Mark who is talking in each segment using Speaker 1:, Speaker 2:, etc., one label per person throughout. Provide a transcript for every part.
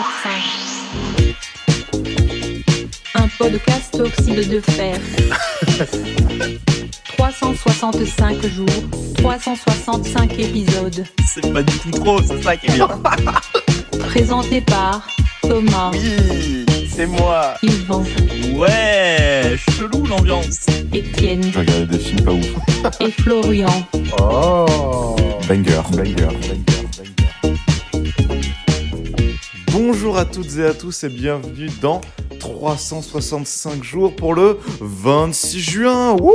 Speaker 1: 365. Un podcast oxyde de fer. 365 jours, 365 épisodes.
Speaker 2: C'est pas du tout trop, c'est ça qui est bien.
Speaker 1: Présenté par Thomas.
Speaker 2: Oui, c'est moi.
Speaker 1: Yvan.
Speaker 2: Ouais, chelou l'ambiance.
Speaker 1: Étienne.
Speaker 3: Je regardais des films pas ouf.
Speaker 1: Et Florian.
Speaker 4: Oh.
Speaker 3: Banger, banger, banger.
Speaker 4: Bonjour à toutes et à tous et bienvenue dans 365 jours pour le 26 juin. Wouh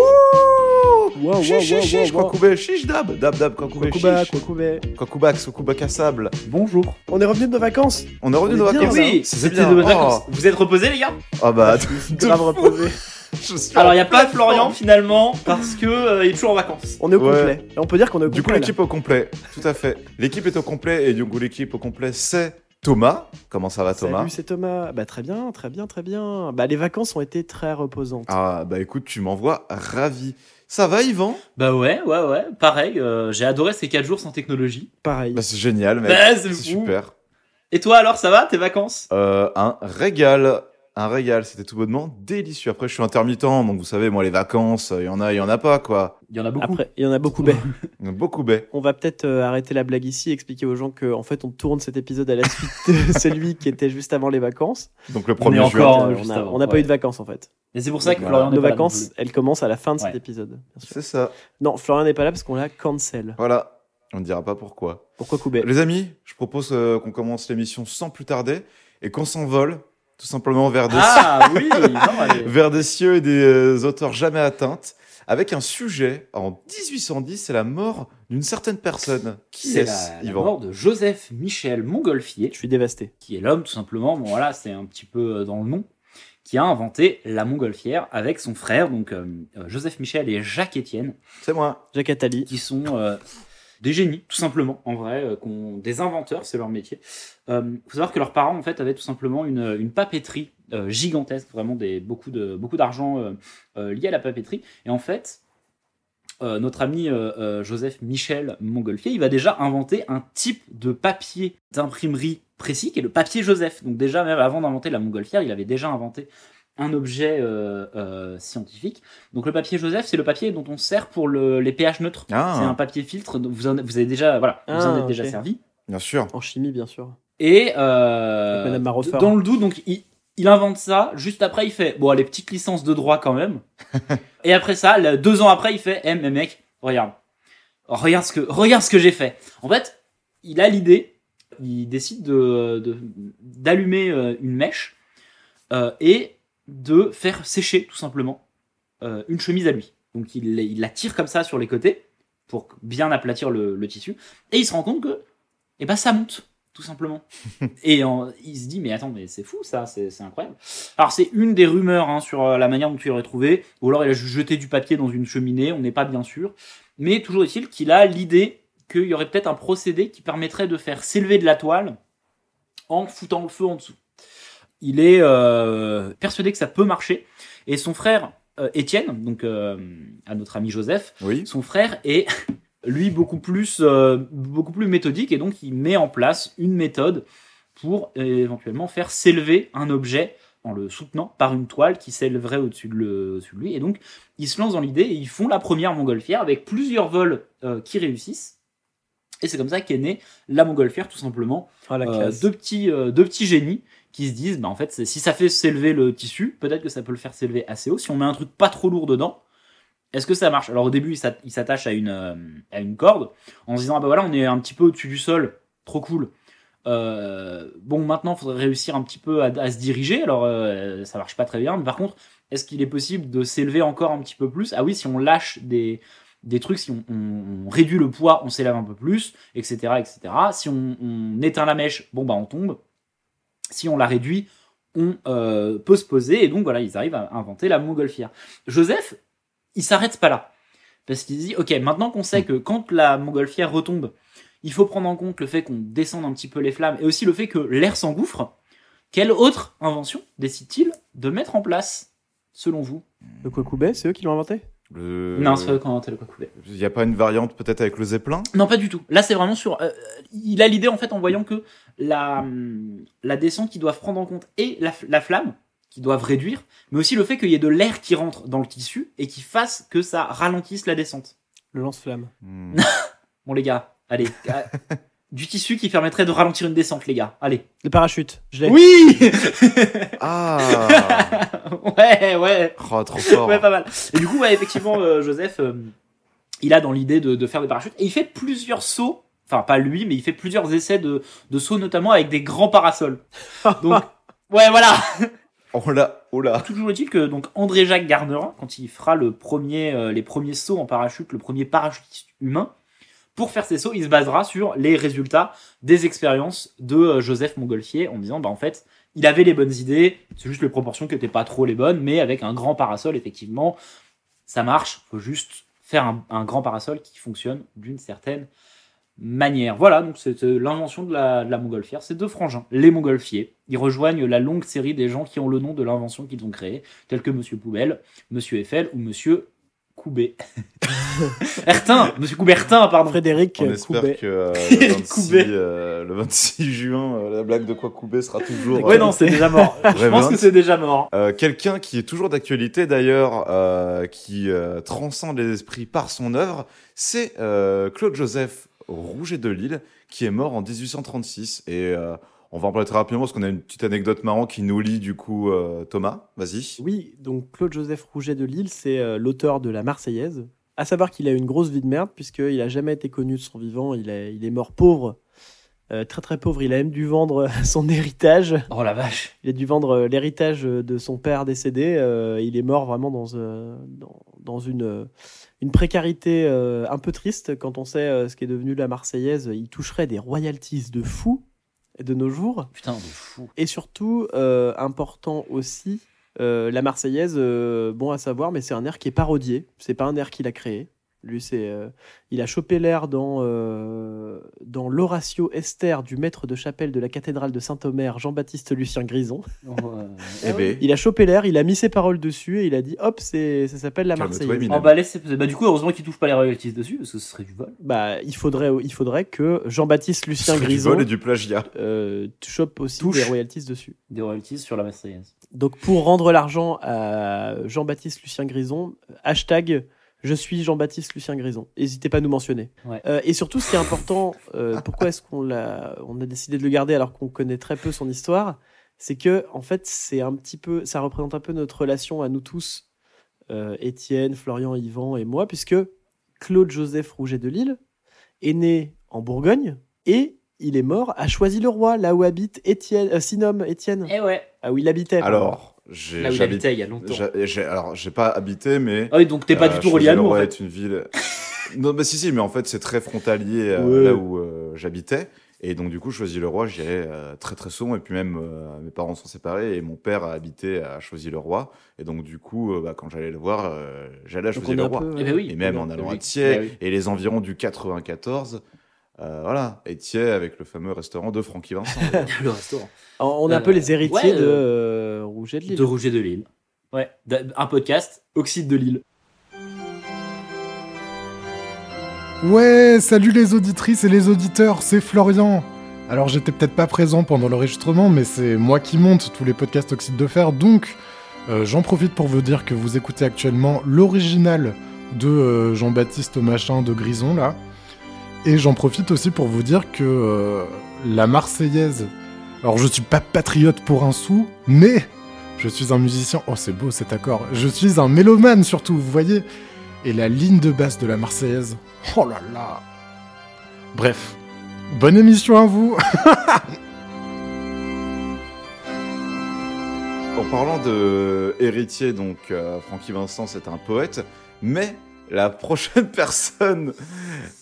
Speaker 5: Wow, wow,
Speaker 4: Chiche,
Speaker 5: wow,
Speaker 4: chiche, chiche,
Speaker 5: wow, wow.
Speaker 4: Kwakoubé, chiche, dab, dab, dab, Kwakoubé,
Speaker 5: Kokuba,
Speaker 4: chiche.
Speaker 5: Kokubé.
Speaker 4: Kwakoubak, Sokoubak à sable.
Speaker 5: Bonjour. On est revenu de nos vacances.
Speaker 4: On est revenu de
Speaker 5: On est bien,
Speaker 4: vacances.
Speaker 5: là.
Speaker 4: hein
Speaker 2: Oui,
Speaker 4: c'est
Speaker 2: c'était
Speaker 4: bien.
Speaker 2: de bonnes
Speaker 4: Oh.
Speaker 2: vacances. Vous êtes reposés, les gars
Speaker 4: Ah bah,
Speaker 5: Je me suis
Speaker 4: de
Speaker 5: grave
Speaker 4: fou.
Speaker 5: reposé.
Speaker 4: je suis-
Speaker 2: Alors, il n'y a pas Florian finalement, parce que euh, il est toujours en vacances.
Speaker 5: On est au
Speaker 4: Ouais.
Speaker 5: complet. Et on peut dire qu'on est au
Speaker 4: Du coup,
Speaker 5: complet. là.
Speaker 4: l'équipe au complet. Tout à fait. L'équipe est au complet et du coup, l'équipe au complet, c'est Thomas. Comment ça va, Thomas
Speaker 5: Salut, c'est Thomas. Bah, très bien, très bien, très bien. Bah, les vacances ont été très reposantes.
Speaker 4: Ah bah écoute, tu m'envoies ravi. Ça va, Yvan
Speaker 2: Bah ouais, ouais, ouais. Pareil, euh, j'ai adoré ces 4 jours sans technologie.
Speaker 5: Pareil.
Speaker 4: Bah c'est génial, mec.
Speaker 2: Bah, c'est
Speaker 4: c'est
Speaker 2: fou.
Speaker 4: super.
Speaker 2: Et toi alors, ça va, tes vacances
Speaker 4: Euh, un régal. Un régal, c'était tout bonnement délicieux. Après, je suis intermittent, donc vous savez, moi, les vacances, il y en a, il y en a pas, quoi.
Speaker 2: Il y en a beaucoup.
Speaker 5: Après, il y en a beaucoup. bah,
Speaker 4: Il y en a Beaucoup bé.
Speaker 5: on va peut-être euh, arrêter la blague ici et expliquer aux gens que, en fait, on tourne cet épisode à la suite de celui qui était juste avant les vacances.
Speaker 4: Donc le
Speaker 2: est
Speaker 4: premier
Speaker 2: encore-
Speaker 4: juin.
Speaker 2: Quand,
Speaker 5: Euh,
Speaker 2: juste
Speaker 5: on a,
Speaker 2: avant,
Speaker 5: on a pas
Speaker 2: ouais.
Speaker 5: eu de vacances, en fait.
Speaker 2: Et c'est pour ça que
Speaker 4: Voilà.
Speaker 2: Florian n'est
Speaker 5: Nos
Speaker 2: pas là
Speaker 5: vacances,
Speaker 2: non plus.
Speaker 5: elles commencent à la fin de cet
Speaker 2: Ouais.
Speaker 5: épisode. bien sûr.
Speaker 4: C'est ça.
Speaker 5: Non, Florian n'est pas là parce qu'on la cancel.
Speaker 4: Voilà. On ne dira pas pourquoi.
Speaker 5: Pourquoi Koubet
Speaker 4: Les amis, je propose euh, qu'on commence l'émission sans plus tarder et qu'on s'envole tout simplement vers des,
Speaker 2: Ah oui, non, allez.
Speaker 4: vers des cieux et des euh, auteurs jamais atteintes avec un sujet. En 1810, c'est la mort d'une certaine personne. Qui
Speaker 2: C'est
Speaker 4: est-ce,
Speaker 2: la, la
Speaker 4: Yvan
Speaker 2: mort de Joseph Michel Montgolfier,
Speaker 5: Je suis dévasté.
Speaker 2: qui est l'homme tout simplement, bon voilà, c'est un petit peu euh, dans le nom, qui a inventé la montgolfière avec son frère, donc euh, euh, Joseph Michel et Jacques Étienne,
Speaker 4: C'est moi.
Speaker 5: Jacques Attali.
Speaker 2: qui sont euh, des génies, tout simplement, en vrai, euh, qu'on- des inventeurs, c'est leur métier. Il faut savoir que leurs parents, en fait, avaient tout simplement une, une papeterie euh, gigantesque, vraiment des, beaucoup de- beaucoup d'argent euh, euh, lié à la papeterie. Et en fait, euh, notre ami euh, euh, Joseph Michel Montgolfier, il va déjà inventer un type de papier d'imprimerie précis, qui est le papier Joseph. Donc déjà, même avant d'inventer la Montgolfière, il avait déjà inventé un objet euh, euh, scientifique. Donc le papier Joseph, c'est le papier dont on sert pour le- les pH neutres.
Speaker 4: Ah.
Speaker 2: C'est un papier filtre. donc Vous en, vous avez déjà, voilà, vous
Speaker 5: Ah,
Speaker 2: en êtes déjà
Speaker 5: ok.
Speaker 2: servi.
Speaker 4: Bien sûr.
Speaker 5: En chimie, bien sûr.
Speaker 2: Et euh,
Speaker 5: Avec Madame Maroffard.
Speaker 2: dans le doute, donc il, il invente ça. Juste après, il fait bon, les petites licences de droit quand même. et après ça, le- deux ans après, il fait, eh, mais mec, regarde, regarde ce que, regarde ce que j'ai fait. En fait, il a l'idée, il décide de de- d'allumer euh, une mèche euh, et de faire sécher tout simplement euh, une chemise à lui. Donc il, il la tire comme ça sur les côtés pour bien aplatir le, le tissu et il se rend compte que, eh ben, ça monte tout simplement. Et en- il se dit, mais attends, mais c'est fou ça, c'est c'est incroyable. Alors c'est une des rumeurs hein, sur euh, la manière dont il l'aurait trouvé, ou alors il a juste jeté du papier dans une cheminée, on n'est pas bien sûr. Mais toujours est-il qu'il a l'idée qu'il y aurait peut-être un procédé qui permettrait de faire s'élever de la toile en foutant le feu en dessous. Il est euh, persuadé que ça peut marcher, et son frère euh, Étienne, donc euh, à notre ami Joseph,
Speaker 4: Oui.
Speaker 2: son frère est lui beaucoup plus euh, beaucoup plus méthodique et donc il met en place une méthode pour euh, éventuellement faire s'élever un objet en le soutenant par une toile qui s'élèverait au-dessus de, le- au-dessus de lui et donc ils se lancent dans l'idée et ils font la première montgolfière avec plusieurs vols euh, qui réussissent et c'est comme ça qu'est née la montgolfière tout simplement
Speaker 5: Ah, la
Speaker 2: euh,
Speaker 5: classe.
Speaker 2: deux petits euh, deux petits génies qui se disent bah en fait c'est- si ça fait s'élever le tissu peut-être que ça peut le faire s'élever assez haut si on met un truc pas trop lourd dedans est-ce que ça marche alors au début il s'at- il s'attache à une euh, à une corde en se disant ah bah voilà on est un petit peu au-dessus du sol trop cool Euh, bon maintenant faudrait réussir un petit peu à, à se diriger alors euh, ça marche pas très bien mais par contre est-ce qu'il est possible de s'élever encore un petit peu plus ah oui si on lâche des des trucs, si on, on- on réduit le poids, on s'élève un peu plus, etc. etc. Si on, on éteint la mèche, bon bah on tombe. Si on la réduit, on euh, peut se poser. Et donc voilà, ils arrivent à inventer la montgolfière. Joseph, il s'arrête pas là. Parce qu'il dit, ok, maintenant qu'on sait que quand la montgolfière retombe, il faut prendre en compte le fait qu'on descende un petit peu les flammes et aussi le fait que l'air s'engouffre, quelle autre invention décide-t-il de mettre en place, selon vous
Speaker 5: Le Kokubé, c'est eux qui l'ont inventé
Speaker 4: Le-
Speaker 2: Non, c'est pas commenter le quoi couler.
Speaker 4: Il n'y a pas une variante peut-être avec le zeppelin
Speaker 2: Non, pas du tout. Là, c'est vraiment sur. euh, il a l'idée en fait en voyant que la, hum, la descente qu'ils doivent prendre en compte et la, f- la flamme qu'ils doivent réduire, mais aussi le fait qu'il y ait de l'air qui rentre dans le tissu et qui fasse que ça ralentisse la descente.
Speaker 5: Le lance-flamme.
Speaker 4: Hmm.
Speaker 2: Bon, les gars, allez. euh, du tissu qui permettrait de ralentir une descente, les gars. Allez.
Speaker 5: Le parachute. Je l'ai.
Speaker 2: Oui
Speaker 4: Ah
Speaker 2: Ouais, ouais.
Speaker 4: Oh, trop fort.
Speaker 2: Ouais, pas mal. Et du coup, ouais, effectivement, euh, Joseph, euh, il a dans l'idée de, de faire des parachutes. Et il fait plusieurs sauts. Enfin, pas lui, mais il fait plusieurs essais de, de sauts, notamment avec des grands parasols. Donc, ouais, voilà.
Speaker 4: Oh là, oh là.
Speaker 2: Toujours est-il que donc André-Jacques Garnerin, quand il fera le premier, euh, les premiers sauts en parachute, le premier parachutiste humain, pour faire ses sauts, il se basera sur les résultats des expériences de euh, Joseph Montgolfier en disant, bah en fait, il avait les bonnes idées, c'est juste les proportions qui n'étaient pas trop les bonnes, mais avec un grand parasol, effectivement, ça marche, faut juste faire un, un grand parasol qui fonctionne d'une certaine manière. Voilà, donc c'est euh, l'invention de la, de la montgolfière, c'est deux frangins, les montgolfiers. Ils rejoignent la longue série des gens qui ont le nom de l'invention qu'ils ont créée, tels que Monsieur Poubelle, Monsieur Eiffel ou Monsieur Coubet. Ertin, Monsieur Coubertin, pardon.
Speaker 5: Frédéric
Speaker 4: On
Speaker 5: euh,
Speaker 4: espère
Speaker 5: Coubet.
Speaker 4: que euh,
Speaker 2: Coubet.
Speaker 4: le, 26, euh, le 26 juin, euh, la blague de quoi Koubé sera toujours.
Speaker 2: Ouais, non, c'est déjà mort. Je pense que c'est déjà mort.
Speaker 4: Euh, Quelqu'un qui est toujours d'actualité d'ailleurs, euh, qui euh, transcende les esprits par son œuvre, c'est euh, Claude Joseph Rouget de Lille, qui est mort en 1836. Et euh, on va en parler très rapidement parce qu'on a une petite anecdote marrante qui nous lie du coup euh, Thomas. Vas-y.
Speaker 5: Oui, donc Claude-Joseph Rouget de Lille, c'est euh, l'auteur de La Marseillaise. À savoir qu'il a eu une grosse vie de merde, puisqu'il n'a jamais été connu de son vivant. Il, a- il est mort pauvre, euh, très très pauvre. Il a même dû vendre son héritage.
Speaker 2: Oh la vache.
Speaker 5: Il a dû vendre euh, l'héritage euh, de son père décédé. euh, il est mort vraiment dans, euh, dans, dans une, euh, une précarité euh, un peu triste. Quand on sait euh, ce qui est devenu la Marseillaise, il toucherait des royalties de fou de nos jours.
Speaker 2: Putain, de fou.
Speaker 5: Et surtout, euh, important aussi, euh, la Marseillaise, euh, bon à savoir, mais c'est un air qui est parodié. C'est pas un air qu'il a créé. Lui, c'est, euh, il a chopé l'air dans, euh, dans l'Horatio Esther du maître de chapelle de la cathédrale de Saint-Omer, Jean-Baptiste Lucien Grison.
Speaker 2: Oh, euh, Ah
Speaker 4: Eh ben,
Speaker 5: Il a chopé l'air, il a mis ses paroles dessus et il a dit hop, c'est, ça s'appelle la
Speaker 4: Calme-toi,
Speaker 5: Marseillaise.
Speaker 4: Eminem.
Speaker 2: Oh bah laissez. Bah du coup, heureusement qu'ils touchent pas les royalties dessus parce que ce serait du vol.
Speaker 5: Bah, il faudrait, il faudrait que Jean-Baptiste
Speaker 4: c'est
Speaker 5: Lucien
Speaker 4: du
Speaker 5: Grison
Speaker 4: vol et du plagiat.
Speaker 2: Eh
Speaker 5: euh, chope aussi
Speaker 2: Touche.
Speaker 5: des royalties dessus.
Speaker 2: Des royalties sur la Marseillaise.
Speaker 5: Donc pour rendre l'argent à Jean-Baptiste Lucien Grison, hashtag je suis Jean-Baptiste Lucien Grison. N'hésitez pas à nous mentionner.
Speaker 2: Ouais.
Speaker 5: Euh, et surtout, ce qui est important, euh, pourquoi est-ce qu'on l'a, on a décidé de le garder alors qu'on connaît très peu son histoire, c'est que en fait, c'est un petit peu, ça représente un peu notre relation à nous tous, euh, Étienne, Florian, Yvan et moi, puisque Claude Joseph Rouget de Lille est né en Bourgogne et il est mort à Choisy-le-Roi, là où habite Étienne, euh, Sinom, Étienne,
Speaker 2: Eh ouais. Ah
Speaker 5: ah, où il habitait.
Speaker 4: Alors, j'ai-
Speaker 2: Là où il
Speaker 4: j'habite.
Speaker 2: habitait il y a longtemps.
Speaker 4: j'ai- j'ai- Alors, j'ai pas habité, mais.
Speaker 2: Ah oui, donc t'es pas
Speaker 4: Euh,
Speaker 2: du tout relié à nous en
Speaker 4: Choisy-le-Roi
Speaker 2: fait.
Speaker 4: est une ville. non, mais si, si, mais en fait, c'est très frontalier euh,
Speaker 5: Ouais.
Speaker 4: là où euh, j'habitais. Et donc, du coup, Choisy-le-Roi, j'y allais euh, très, très souvent. Et puis, même, euh, mes parents sont séparés et mon père a habité à Choisy-le-Roi. Et donc, du coup, euh, bah, quand j'allais le voir, euh, j'allais à
Speaker 5: Donc on est un
Speaker 4: Choisy-le-Roi.
Speaker 5: peu, euh,
Speaker 2: Eh ben
Speaker 5: ouais.
Speaker 2: oui.
Speaker 4: Et même en
Speaker 2: Oui,
Speaker 4: allant à
Speaker 2: oui.
Speaker 4: Thiers
Speaker 5: Ah
Speaker 2: Bah oui.
Speaker 4: et les environs du 94. euh, voilà, et Thiers avec le fameux restaurant de Francky Vincent.
Speaker 2: Le restaurant.
Speaker 5: On- On est un
Speaker 2: Euh,
Speaker 5: peu les héritiers
Speaker 2: ouais,
Speaker 5: de euh, Rouget de Lille.
Speaker 2: De Rouget de Lille. Ouais. D'un- Un podcast, Oxyde de Lille.
Speaker 6: Ouais, salut les auditrices et les auditeurs, c'est Florian. Alors j'étais peut-être pas présent pendant l'enregistrement, mais c'est moi qui monte tous les podcasts Oxyde de Fer, donc euh, j'en profite pour vous dire que vous écoutez actuellement l'original de euh, Jean-Baptiste Machin de Grison là. Et j'en profite aussi pour vous dire que euh, la Marseillaise. Alors je suis pas patriote pour un sou, mais je suis un musicien. Oh c'est beau cet accord. Je suis un mélomane surtout, vous voyez. Et la ligne de basse de la Marseillaise. Oh là là Bref, bonne émission à vous
Speaker 4: En parlant de héritier, donc euh, Francky Vincent, c'est un poète, mais la prochaine personne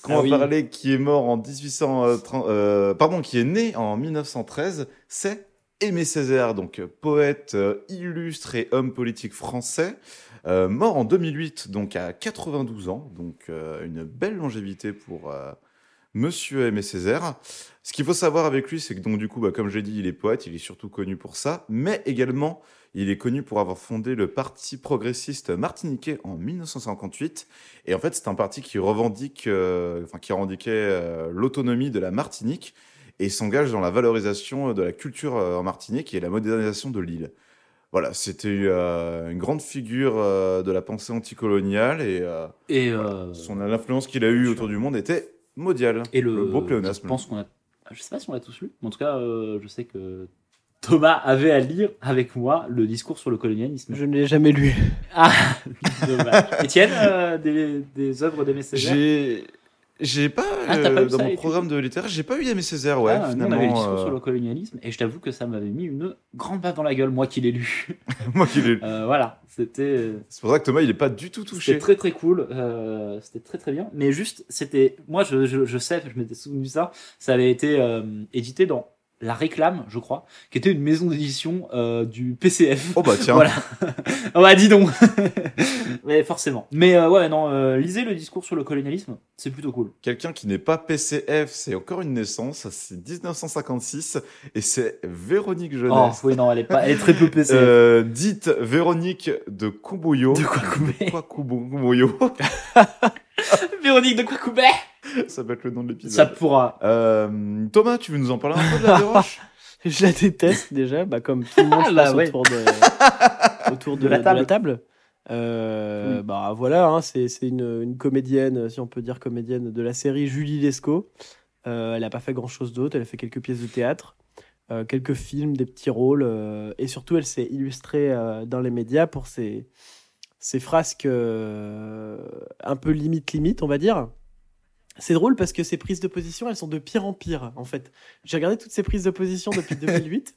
Speaker 4: qu'on
Speaker 2: Ah
Speaker 4: va
Speaker 2: oui.
Speaker 4: parler, qui est mort en 1830, euh, pardon, qui est né en 1913, c'est Aimé Césaire, donc euh, poète euh, illustre et homme politique français, euh, mort en 2008, donc à 92 ans, donc euh, une belle longévité pour euh, Monsieur Aimé Césaire. Ce qu'il faut savoir avec lui, c'est que donc du coup, bah, comme j'ai dit, il est poète, il est surtout connu pour ça, mais également, il est connu pour avoir fondé le Parti progressiste martiniquais en 1958. Et en fait, c'est un parti qui revendique, euh, enfin qui revendiquait euh, l'autonomie de la Martinique et s'engage dans la valorisation de la culture euh, en Martinique et la modernisation de l'île. Voilà, c'était euh, une grande figure euh, de la pensée anticoloniale et euh,
Speaker 2: Et, euh,
Speaker 4: son l'influence qu'il a eue
Speaker 2: sûr.
Speaker 4: autour du monde était mondiale.
Speaker 2: et le,
Speaker 4: beau
Speaker 2: Je
Speaker 4: pléonasme.
Speaker 2: pense qu'on a. Je sais pas si on l'a tous lu, mais en tout cas, euh, je sais que Thomas avait à lire avec moi le discours sur le colonialisme.
Speaker 5: Je ne l'ai jamais lu.
Speaker 2: Ah, dommage. Étienne, euh, des, des œuvres d'Aimé Césaire
Speaker 4: J'ai j'ai pas,
Speaker 2: Ah, t'as pas
Speaker 4: euh,
Speaker 2: eu
Speaker 4: dans
Speaker 2: ça,
Speaker 4: mon
Speaker 2: et
Speaker 4: programme de littéraire, j'ai pas eu Aimé Césaire, ouais,
Speaker 2: Ah, nous, on
Speaker 4: finalement.
Speaker 2: avait le discours
Speaker 4: euh,
Speaker 2: sur le colonialisme et je t'avoue que ça m'avait mis une grande baffe dans la gueule, moi qui l'ai lu.
Speaker 4: moi qui l'ai-
Speaker 2: Euh, voilà, c'était. euh,
Speaker 4: C'est pour ça que Thomas, il est pas du tout touché.
Speaker 2: C'était très très cool, euh, c'était très très bien. Mais juste, c'était. Moi, je, je, je sais, je m'étais souvenu de ça. Ça avait été euh, édité dans La Réclame, je crois, qui était une maison d'édition euh, du PCF.
Speaker 4: Oh bah tiens,
Speaker 2: Voilà. Ah bah dis donc. Mais forcément. Mais euh, ouais, non, euh, lisez le discours sur le colonialisme, c'est plutôt cool.
Speaker 4: quelqu'un qui n'est pas PCF, c'est encore une naissance, c'est 1956 et c'est Véronique
Speaker 2: Oh,
Speaker 4: Jeunesse.
Speaker 2: oui, non, elle est pas, elle est très peu PCF.
Speaker 4: Euh, dite Véronique de Coubouillot.
Speaker 2: De quoi couper
Speaker 4: Quoi Coubouillot
Speaker 2: Véronique de quoi couper
Speaker 4: Ça peut être le nom de l'épisode.
Speaker 2: Ça pourra.
Speaker 4: Euh, Thomas, tu veux nous en parler un peu de la déroche
Speaker 5: Je la déteste déjà, bah, comme tout le monde je
Speaker 2: Là, Ah,
Speaker 5: pense,
Speaker 2: ouais.
Speaker 5: autour de, autour de,
Speaker 2: De la
Speaker 5: de
Speaker 2: table.
Speaker 5: Euh, Bah voilà, hein, c'est c'est une, une comédienne, si on peut dire comédienne, de la série Julie Lescaut. Euh, elle n'a pas fait grand-chose d'autre, elle a fait quelques pièces de théâtre, euh, quelques films, des petits rôles, euh, et surtout elle s'est illustrée euh, dans les médias pour ses, ses frasques euh, un peu limite-limite, on va dire. C'est drôle parce que ces prises de position, elles sont de pire en pire, en fait. J'ai regardé toutes ces prises de position depuis 2008.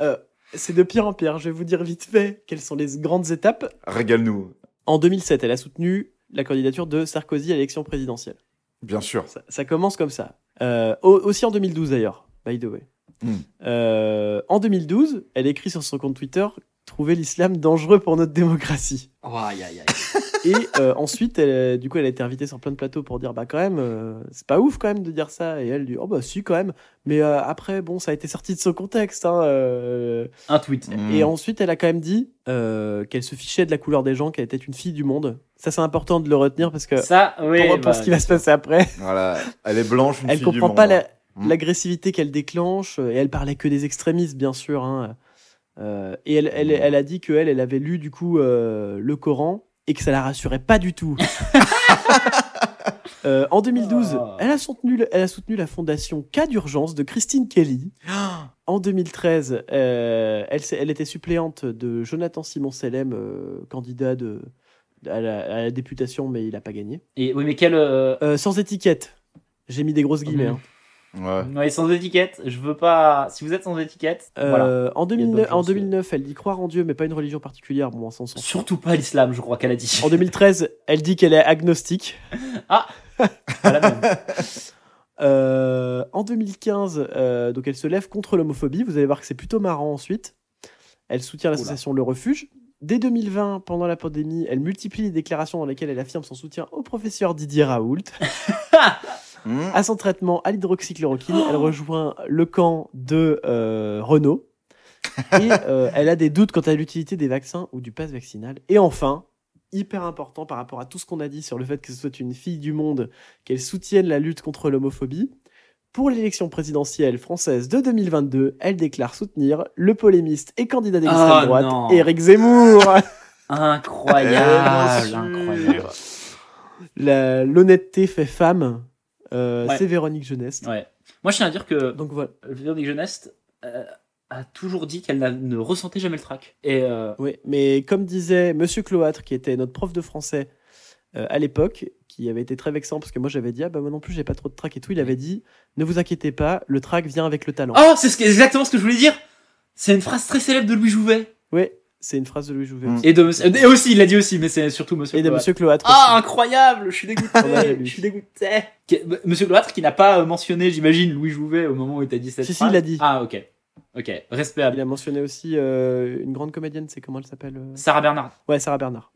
Speaker 5: Euh, c'est de pire en pire. Je vais vous dire vite fait quelles sont les grandes étapes.
Speaker 4: Régale-nous.
Speaker 5: En 2007, elle a soutenu la candidature de Sarkozy à l'élection présidentielle.
Speaker 4: Bien sûr.
Speaker 5: Ça, ça commence comme ça. Euh, au- aussi en 2012 d'ailleurs, by the way.
Speaker 4: Hmm.
Speaker 5: Euh, en 2012, elle écrit sur son compte Twitter Trouver l'islam dangereux pour notre démocratie.
Speaker 2: Oh, aïe, aïe, aïe.
Speaker 5: Et euh, ensuite, elle, du coup, elle a été invitée sur plein de plateaux pour dire, bah quand même, euh, c'est pas ouf quand même de dire ça. Et elle dit, oh bah si quand même. Mais euh, après, bon, ça a été sorti de son contexte. hein, euh.
Speaker 2: Un tweet.
Speaker 5: Et
Speaker 4: Mm.
Speaker 5: ensuite, elle a quand même dit euh, qu'elle se fichait de la couleur des gens, qu'elle était une fille du monde. Ça, c'est important de le retenir parce que
Speaker 2: Ça, oui.
Speaker 5: Euh, pour, pour
Speaker 2: bah,
Speaker 5: ce qui va se passer après,
Speaker 4: Voilà, elle est blanche, une
Speaker 5: elle
Speaker 4: fille
Speaker 5: comprend
Speaker 4: du
Speaker 5: pas
Speaker 4: monde.
Speaker 5: la-
Speaker 4: Mm.
Speaker 5: l'agressivité qu'elle déclenche. euh, Et elle parlait que des extrémistes, bien sûr. hein. Euh, et elle,
Speaker 4: Hmm.
Speaker 5: elle, elle a dit qu'elle, elle avait lu du coup euh, le Coran et que ça la rassurait pas du tout. Euh, en 2012,
Speaker 2: Ah.
Speaker 5: elle, a soutenu, le- elle a soutenu la fondation Cas d'urgence de Christine Kelly. En 2013, euh, elle, s'est- elle était suppléante de Jonathan Simon-Selem, euh, candidat de, à, la, à la députation, mais il n'a pas gagné.
Speaker 2: Et, oui, mais quel. euh,
Speaker 5: Euh, sans étiquette. J'ai mis des grosses
Speaker 2: Mmh.
Speaker 5: guillemets. hein.
Speaker 4: Ouais.
Speaker 2: Ouais, sans étiquette, je veux pas. Si vous êtes sans étiquette,
Speaker 5: Euh,
Speaker 2: voilà.
Speaker 5: en,
Speaker 2: Il y a
Speaker 5: 2009,
Speaker 2: d'autres
Speaker 5: en
Speaker 2: choses.
Speaker 5: 2009, elle dit croire en Dieu, mais pas une religion particulière. Bon, on s'en sort.
Speaker 2: Surtout pas l'islam, je crois qu'elle a dit.
Speaker 5: En 2013, elle dit qu'elle est agnostique.
Speaker 2: Pas la même.
Speaker 5: Euh, en 2015, euh, donc elle se lève contre l'homophobie. Vous allez voir que c'est plutôt marrant ensuite. Elle soutient l'association Le Refuge. Dès 2020, pendant la pandémie, elle multiplie les déclarations dans lesquelles elle affirme son soutien au professeur Didier Raoult.
Speaker 4: Mm.
Speaker 2: Ah.
Speaker 5: À son traitement à l'hydroxychloroquine, elle rejoint le camp de euh, Renault. Et euh, elle a des doutes quant à l'utilité des vaccins ou du pass vaccinal. Et enfin, hyper important par rapport à tout ce qu'on a dit sur le fait que ce soit une fille du monde, qu'elle soutienne la lutte contre l'homophobie, pour l'élection présidentielle française de 2022, elle déclare soutenir le polémiste et candidat d'extrême
Speaker 2: Ah,
Speaker 5: droite,
Speaker 2: non.
Speaker 5: Éric Zemmour.
Speaker 4: Eh,
Speaker 2: Incroyable,
Speaker 4: bien
Speaker 2: incroyable.
Speaker 5: La- L'honnêteté fait femme. Euh,
Speaker 2: Ouais.
Speaker 5: C'est Véronique Jeunesse.
Speaker 2: Ouais. Moi, je tiens à dire que
Speaker 5: Donc voilà.
Speaker 2: Véronique Jeunesse euh, a toujours dit qu'elle n'a- ne ressentait jamais le trac. Et euh,
Speaker 5: Oui, mais comme disait Monsieur Cloâtre, qui était notre prof de français euh, à l'époque, qui avait été très vexant parce que moi j'avais dit ah bah moi non plus j'ai pas trop de trac et tout, il avait dit ne vous inquiétez pas, le trac vient avec le talent.
Speaker 2: Oh, c'est ce que- exactement ce que je voulais dire. C'est une phrase très célèbre de Louis Jouvet.
Speaker 5: Oui, c'est une phrase de Louis Jouvet.
Speaker 4: Mm.
Speaker 5: aussi.
Speaker 2: Et de monsieur- et aussi, il l'a dit aussi, mais c'est surtout monsieur.
Speaker 5: Et de
Speaker 2: Cloître.
Speaker 5: Monsieur Cloâtre.
Speaker 2: Ah,
Speaker 5: aussi.
Speaker 2: incroyable, je suis
Speaker 5: Ah
Speaker 2: dégoûté, je suis dégoûté. Que- bah, Monsieur Cloître qui n'a pas euh, mentionné, j'imagine, Louis Jouvet au moment où il t'a dit cette
Speaker 5: Si, si,
Speaker 2: phrase.
Speaker 5: il l'a dit.
Speaker 2: Ah, ok. Ok, respect à
Speaker 5: Il a mentionné aussi euh, une grande comédienne, c'est comment elle s'appelle euh
Speaker 2: Sarah Bernard.
Speaker 5: Ouais, Sarah Bernard.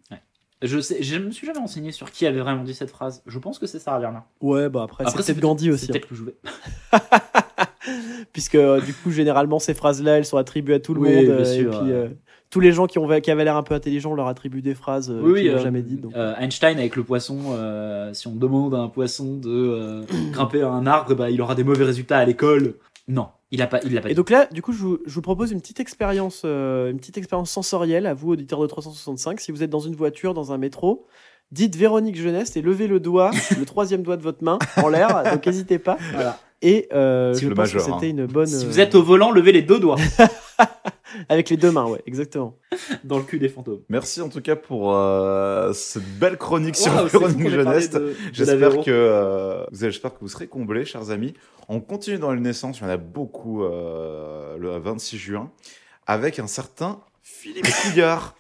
Speaker 2: Je, sais, je me suis jamais renseigné sur qui avait vraiment dit cette phrase. Je pense que c'est Sarah Bernard.
Speaker 5: Ouais, bah après,
Speaker 2: Après,
Speaker 5: c'est
Speaker 2: c'est
Speaker 5: peut-être Gandhi
Speaker 2: C'est
Speaker 5: aussi.
Speaker 2: peut-être que je vais.
Speaker 5: hein. Puisque euh, du coup, généralement, ces phrases-là, elles sont attribuées à tout le
Speaker 2: Oui,
Speaker 5: monde.
Speaker 2: bien
Speaker 5: euh,
Speaker 2: sûr,
Speaker 5: et puis,
Speaker 2: euh.
Speaker 5: euh, tous les gens qui, ont, qui avaient l'air un peu intelligents, on leur attribuent des phrases euh,
Speaker 2: Oui, oui,
Speaker 5: qu'ils n'ont
Speaker 2: euh,
Speaker 5: jamais dites. donc.
Speaker 2: euh, Einstein avec le poisson, euh, si on demande à un poisson de euh, grimper à un arbre, bah, il aura des mauvais résultats à l'école. Non, il a pas, il l'a pas.
Speaker 5: Et
Speaker 2: dit.
Speaker 5: donc là, du coup, je vous, je vous propose une petite expérience, euh, une petite expérience sensorielle à vous, auditeurs de 365. Si vous êtes dans une voiture, dans un métro, dites Véronique Jeunesse et levez le doigt, le troisième doigt de votre main, en l'air. Donc n'hésitez pas.
Speaker 2: Voilà.
Speaker 5: Et euh,
Speaker 4: Si
Speaker 5: je
Speaker 4: le hein.
Speaker 5: pense que
Speaker 4: majeur,
Speaker 5: c'était une bonne.
Speaker 2: Si
Speaker 5: euh,
Speaker 2: vous êtes au volant, levez les deux doigts
Speaker 5: avec les deux mains, ouais, exactement.
Speaker 2: dans le cul des fantômes.
Speaker 4: Merci en tout cas pour euh, cette belle chronique sur
Speaker 2: Waouh, c'est fou
Speaker 4: Véronique
Speaker 2: qu'on ait parlé
Speaker 4: Jeunesse.
Speaker 2: de- de
Speaker 4: J'espère
Speaker 2: l'Averro.
Speaker 4: que, euh, vous- j'espère que vous serez comblés, chers amis. On continue dans les naissances, il y en a beaucoup euh, le 26 juin, avec un certain Philippe Couillard,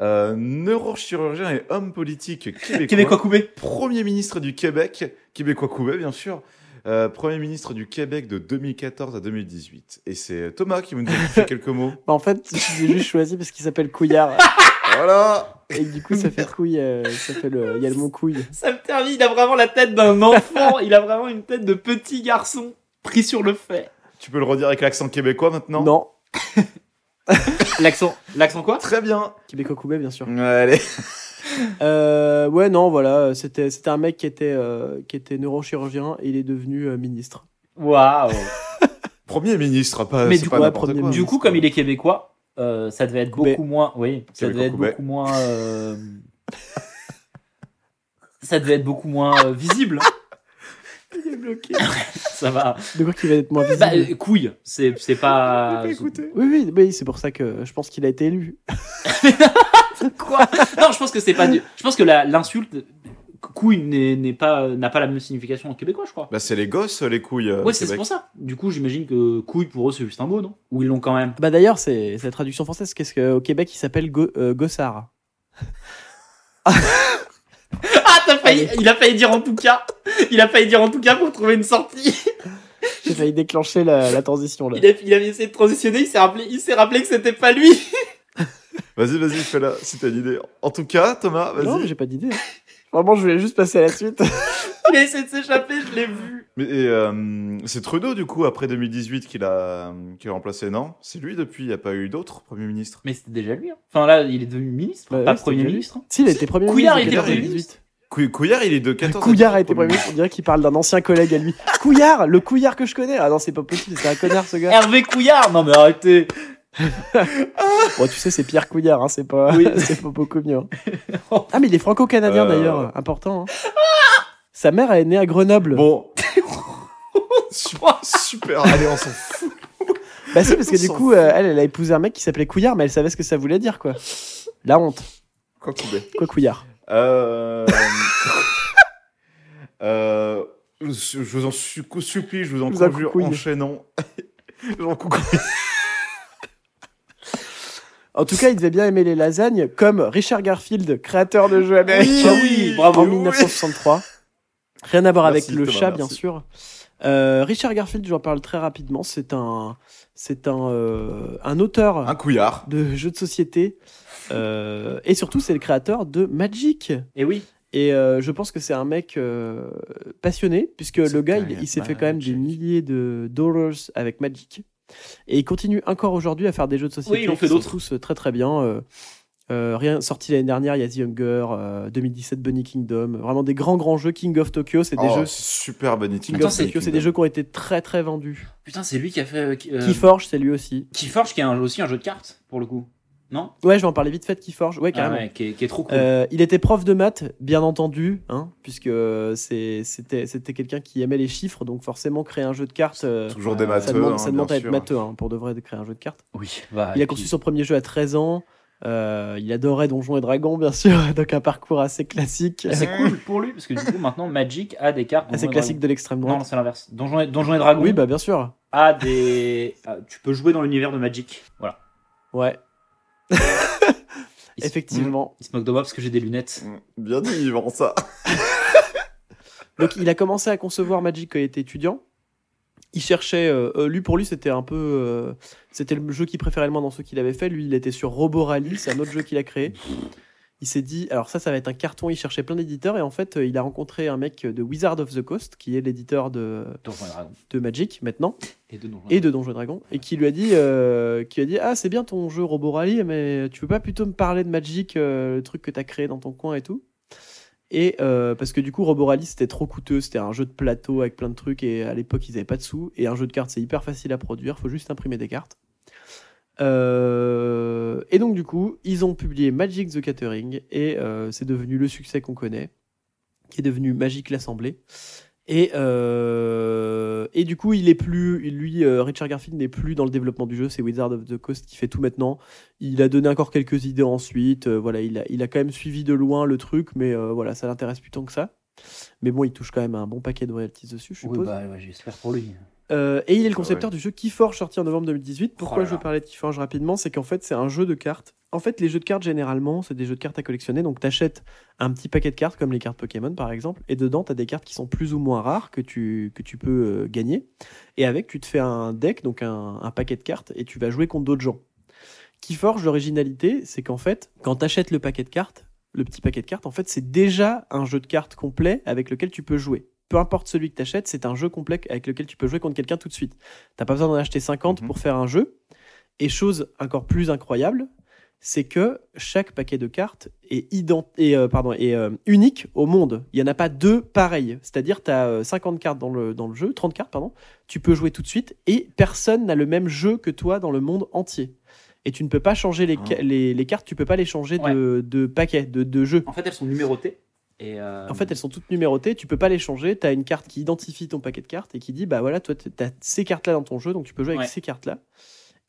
Speaker 4: euh, neurochirurgien et homme politique québécois,
Speaker 2: Québécois coupé.
Speaker 4: Premier ministre du Québec, québécois coubé bien sûr, euh, Premier ministre du Québec de 2014 à 2018. Et c'est Thomas qui va nous dire quelques mots.
Speaker 5: Bah, en fait, j'ai juste choisi parce qu'il s'appelle Couillard.
Speaker 4: Voilà
Speaker 5: Et du coup, ça fait couille. euh, ça fait le. Il y a le mot couille.
Speaker 2: Ça me termine. Il a vraiment la tête d'un enfant. il a vraiment une tête de petit garçon pris sur le fait.
Speaker 4: Tu peux le redire avec l'accent québécois maintenant
Speaker 5: Non.
Speaker 2: L'accent, l'accent quoi
Speaker 4: Très bien
Speaker 5: Québécois coubé, bien sûr.
Speaker 4: Allez
Speaker 5: Euh, ouais, non, voilà. C'était c'était un mec qui était, euh, qui était neurochirurgien et il est devenu euh, ministre.
Speaker 2: Waouh.
Speaker 4: Premier ministre, pas,
Speaker 2: Mais
Speaker 4: c'est
Speaker 2: du
Speaker 4: pas
Speaker 5: coup,
Speaker 4: n'importe
Speaker 5: ouais, premier
Speaker 4: quoi.
Speaker 5: ministre.
Speaker 2: Du coup, comme il est québécois, euh, ça devait être
Speaker 5: Coubet.
Speaker 2: beaucoup moins. Oui, ça
Speaker 4: Québécois
Speaker 2: devait être
Speaker 4: Coubet.
Speaker 2: beaucoup moins. euh, ça devait être beaucoup moins euh, visible.
Speaker 5: Il est bloqué.
Speaker 2: Ça va.
Speaker 5: De quoi qu'il va être moins visible.
Speaker 2: Bah, euh, couille, c'est c'est pas.
Speaker 5: oui, oui, oui, c'est pour ça que je pense qu'il a été élu.
Speaker 2: Quoi Non, je pense que c'est pas. du- Je pense que la- l'insulte couille n'est n'est pas n'a pas la même signification en québécois, je crois.
Speaker 4: Bah, c'est les gosses, les couilles.
Speaker 5: Bah,
Speaker 4: euh,
Speaker 2: Ouais,
Speaker 4: au
Speaker 2: c'est
Speaker 4: Québec.
Speaker 2: pour ça. Du coup, j'imagine que couille pour eux c'est juste un mot, non Ou ils l'ont quand même.
Speaker 5: Bah d'ailleurs, c'est c'est la traduction française. Qu'est-ce qu'au Québec, il s'appelle Go- euh, Gossard.
Speaker 2: Ah, t'as failli.
Speaker 5: Allez.
Speaker 2: Il a failli dire en tout cas. Il a failli dire en tout cas pour trouver une sortie.
Speaker 5: J'ai failli déclencher la, la transition là.
Speaker 2: Il, a, il avait essayé de transitionner, il s'est rappelé, il s'est rappelé que c'était pas lui.
Speaker 4: Vas-y, vas-y, fais-la si t'as une idée. En tout cas, Thomas,
Speaker 5: Non,
Speaker 4: vas-y.
Speaker 5: j'ai pas d'idée. hein. Vraiment, je voulais juste passer à la suite.
Speaker 2: Il a essayé de s'échapper, je l'ai vu.
Speaker 4: Mais et, euh, c'est Trudeau, du coup, après 2018, qui l'a euh, qui l'a remplacé, non C'est lui depuis, il n'y a pas eu d'autres Premier ministre
Speaker 2: Mais c'était déjà lui. hein. Enfin là, il est devenu ministre,
Speaker 5: Bah
Speaker 2: pas
Speaker 5: ouais, c'était
Speaker 2: premier
Speaker 5: déjà lui.
Speaker 2: ministre. hein.
Speaker 5: Si, il était premier
Speaker 2: Couillard
Speaker 5: ministre.
Speaker 2: était
Speaker 5: en
Speaker 2: premier
Speaker 5: 98.
Speaker 2: ministre.
Speaker 4: Cou- Couillard, il est de 14
Speaker 5: Couillard a été premier
Speaker 4: premier
Speaker 5: ministre. On dirait qu'il parle d'un ancien collègue à lui. Couillard, le Couillard que je connais. Ah non, c'est pas possible, c'est un connard ce gars.
Speaker 2: Hervé Couillard, non mais arrêtez.
Speaker 5: Bon, tu sais, c'est Pierre Couillard, hein, c'est pas,
Speaker 2: Oui.
Speaker 5: c'est pas beaucoup mieux. hein. Ah, mais il est franco-canadien
Speaker 4: Euh.
Speaker 5: d'ailleurs, important. hein. Sa mère elle est née à Grenoble.
Speaker 4: Bon. Su- Super, allez, on s'en fout.
Speaker 5: Bah si, parce que
Speaker 4: On
Speaker 5: du
Speaker 4: s'en
Speaker 5: coup, euh, elle, elle a épousé un mec qui s'appelait Couillard, mais elle savait ce que ça voulait dire, quoi. La honte,
Speaker 4: Quoi couper
Speaker 5: quoi, Couillard.
Speaker 4: Euh... euh, Je je vous en su- supplie, je vous en
Speaker 5: Vous en
Speaker 4: conjure,
Speaker 5: coucouille.
Speaker 4: enchaînons. J'en coucouille.
Speaker 5: En tout cas, il devait bien aimer les lasagnes, comme Richard Garfield, créateur de jeux américains. Ah
Speaker 4: Oui,
Speaker 5: en
Speaker 4: oui.
Speaker 5: 1963. Rien à voir
Speaker 4: Merci,
Speaker 5: avec le
Speaker 4: Thomas,
Speaker 5: chat,
Speaker 4: merci.
Speaker 5: bien sûr. Euh, Richard Garfield, j'en parle très rapidement. C'est un, c'est un, euh, un auteur
Speaker 4: Un couillard.
Speaker 5: de jeux de société. Euh, et surtout, c'est le créateur de Magic.
Speaker 2: Et Eh oui.
Speaker 5: Et euh, je pense que c'est un mec euh, passionné, puisque le gars, il, il s'est fait quand même des milliers de dollars avec Magic. Et il continue encore aujourd'hui à faire des jeux de société.
Speaker 2: Oui, ils en
Speaker 5: qui
Speaker 2: fait
Speaker 5: sont
Speaker 2: d'autres.
Speaker 5: tous euh, très très bien. Euh, euh, rien sorti l'année dernière, il y a The Hunger, euh, 2017 Bunny Kingdom, vraiment des grands grands jeux. King of Tokyo, c'est des
Speaker 4: Oh,
Speaker 5: jeux.
Speaker 4: c'est super Benny
Speaker 5: King
Speaker 2: Attends,
Speaker 5: of
Speaker 2: c'est-
Speaker 5: Tokyo, c'est des jeux qui ont été très très vendus.
Speaker 2: Putain, c'est lui qui a fait. Euh, qui- euh,
Speaker 5: Keyforge, c'est lui aussi.
Speaker 2: Keyforge, qui est un- aussi un jeu de cartes pour le coup. Non
Speaker 5: Ouais, je vais en parler vite fait. de Keyforge, ouais
Speaker 2: Ah
Speaker 5: carrément.
Speaker 2: ouais, qui est, qui est trop cool.
Speaker 5: Euh, il était prof de maths, bien entendu, hein, puisque euh, c'est- c'était c'était quelqu'un qui aimait les chiffres, donc forcément créer un jeu de cartes, euh,
Speaker 4: Toujours des
Speaker 2: ça
Speaker 4: matheux.
Speaker 5: ça demande,
Speaker 4: hein,
Speaker 5: ça demande
Speaker 4: bien
Speaker 5: à être
Speaker 4: sûr.
Speaker 5: matheux hein, pour de vrai de créer un jeu de cartes.
Speaker 2: oui. Bah,
Speaker 5: il a
Speaker 2: et
Speaker 5: conçu
Speaker 2: puis-
Speaker 5: son premier jeu à 13 ans. euh, il adorait Donjons et Dragons, bien sûr, donc un parcours assez classique,
Speaker 2: Ah, C'est cool pour lui parce que du coup maintenant Magic a des cartes.
Speaker 5: assez
Speaker 2: Donjons et
Speaker 5: classique de l'extrême
Speaker 2: Dragons. Non,
Speaker 5: droite.
Speaker 2: c'est l'inverse. Donjon et, Donjons et Dragons
Speaker 5: oui, bah bien sûr.
Speaker 2: a des. ah, tu peux jouer dans l'univers de Magic. Voilà.
Speaker 5: Ouais,
Speaker 2: Il se-
Speaker 5: effectivement.
Speaker 2: Il se moque de moi parce que j'ai des lunettes.
Speaker 4: Mm, Bien dit, Yvan, ça.
Speaker 5: Donc il a commencé à concevoir Magic quand il était étudiant. Il cherchait, euh, euh, lui pour lui c'était un peu, euh, c'était le jeu qu'il préférait le moins dans ceux qu'il avait fait. Lui il était sur Robo Rally, c'est un autre jeu qu'il a créé. il s'est dit, alors ça, ça va être un carton, il cherchait plein d'éditeurs, et en fait, euh, il a rencontré un mec de Wizard of the Coast, qui est l'éditeur de,
Speaker 2: Donjons et Dragons.
Speaker 5: de Magic maintenant,
Speaker 2: Et de Donjons
Speaker 5: et de Donjons et Dragons, et qui lui a dit, euh, qui lui a dit Ah, c'est bien ton jeu Robo Rally, mais tu peux pas plutôt me parler de Magic, euh, le truc que t'as créé dans ton coin et tout et euh, parce que du coup, Robo Rally c'était trop coûteux, c'était un jeu de plateau avec plein de trucs, et à l'époque ils avaient pas de sous. Et un jeu de cartes c'est hyper facile à produire, faut juste imprimer des cartes. Euh, et donc du coup, ils ont publié Magic the Gathering et euh, c'est devenu le succès qu'on connaît, qui est devenu Magic l'Assemblée. Et, euh, et du coup, il est plus, lui, euh, Richard Garfield n'est plus dans le développement du jeu. C'est Wizard of the Coast qui fait tout maintenant. Il a donné encore quelques idées ensuite. euh, voilà, il a, il a quand même suivi de loin le truc, mais euh, voilà, ça l'intéresse plus tant que ça. Mais bon, il touche quand même un bon paquet de royalties dessus, je suppose.
Speaker 2: Oui, bah, ouais, j'espère pour lui.
Speaker 5: Euh, et il est le
Speaker 4: Ah
Speaker 5: concepteur du jeu Keyforge sorti en novembre 2018. Pourquoi
Speaker 2: Oh là
Speaker 5: je veux
Speaker 2: là.
Speaker 5: parler de Keyforge rapidement C'est qu'en fait, c'est un jeu de cartes. En fait, les jeux de cartes, généralement, c'est des jeux de cartes à collectionner. Donc, t'achètes un petit paquet de cartes, comme les cartes Pokémon, par exemple. Et dedans, t'as des cartes qui sont plus ou moins rares que tu, que tu peux euh, gagner. Et avec, tu te fais un deck, donc un, un paquet de cartes, et tu vas jouer contre d'autres gens. Keyforge, l'originalité, c'est qu'en fait, quand t'achètes le paquet de cartes, le petit paquet de cartes, en fait, c'est déjà un jeu de cartes complet avec lequel tu peux jouer. Peu importe celui que tu achètes, c'est un jeu complet avec lequel tu peux jouer contre quelqu'un tout de suite. T'as pas besoin d'en acheter 50
Speaker 4: Mhm.
Speaker 5: pour faire un jeu. Et chose encore plus incroyable, c'est que chaque paquet de cartes est, ident et, euh, pardon, est euh, unique au monde. Il y en a pas deux pareils. C'est-à-dire, tu as 50 cartes dans le, dans le jeu, 30 cartes, pardon. Tu peux jouer tout de suite et personne n'a le même jeu que toi dans le monde entier. Et tu ne peux pas changer les, ca- les, les cartes, tu peux pas les changer de, de paquet, de, de jeu.
Speaker 2: En fait, elles sont numérotées. Et, euh,
Speaker 5: En fait, elles sont toutes numérotées, tu peux pas les changer. Tu as une carte qui identifie ton paquet de cartes et qui dit bah voilà, toi, tu as ces cartes-là dans ton jeu, donc tu peux jouer avec
Speaker 2: Ouais.
Speaker 5: ces cartes-là.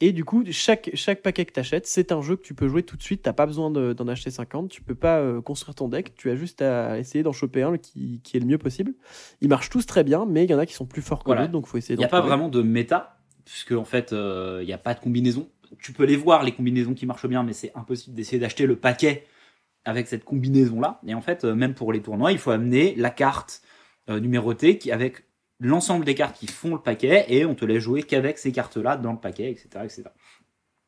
Speaker 5: Et du coup, chaque, chaque paquet que tu achètes, c'est un jeu que tu peux jouer tout de suite. T'as pas besoin de- d'en acheter 50, tu peux pas euh, construire ton deck, tu as juste à essayer d'en choper un qui, qui est le mieux possible. Ils marchent tous très bien, mais il y en a qui sont plus forts que
Speaker 2: Voilà.
Speaker 5: d'autres, donc faut essayer
Speaker 2: Il
Speaker 5: d'en
Speaker 2: n'y a pas
Speaker 5: trouver.
Speaker 2: vraiment de méta, puisque en fait, euh, il n'y a pas de combinaison. Tu peux les voir, les combinaisons qui marchent bien, mais c'est impossible d'essayer d'acheter le paquet avec cette combinaison-là. Et en fait, euh, même pour les tournois, il faut amener la carte euh, numérotée qui, avec l'ensemble des cartes qui font le paquet, et on te laisse jouer qu'avec ces cartes-là dans le paquet, etc. etc.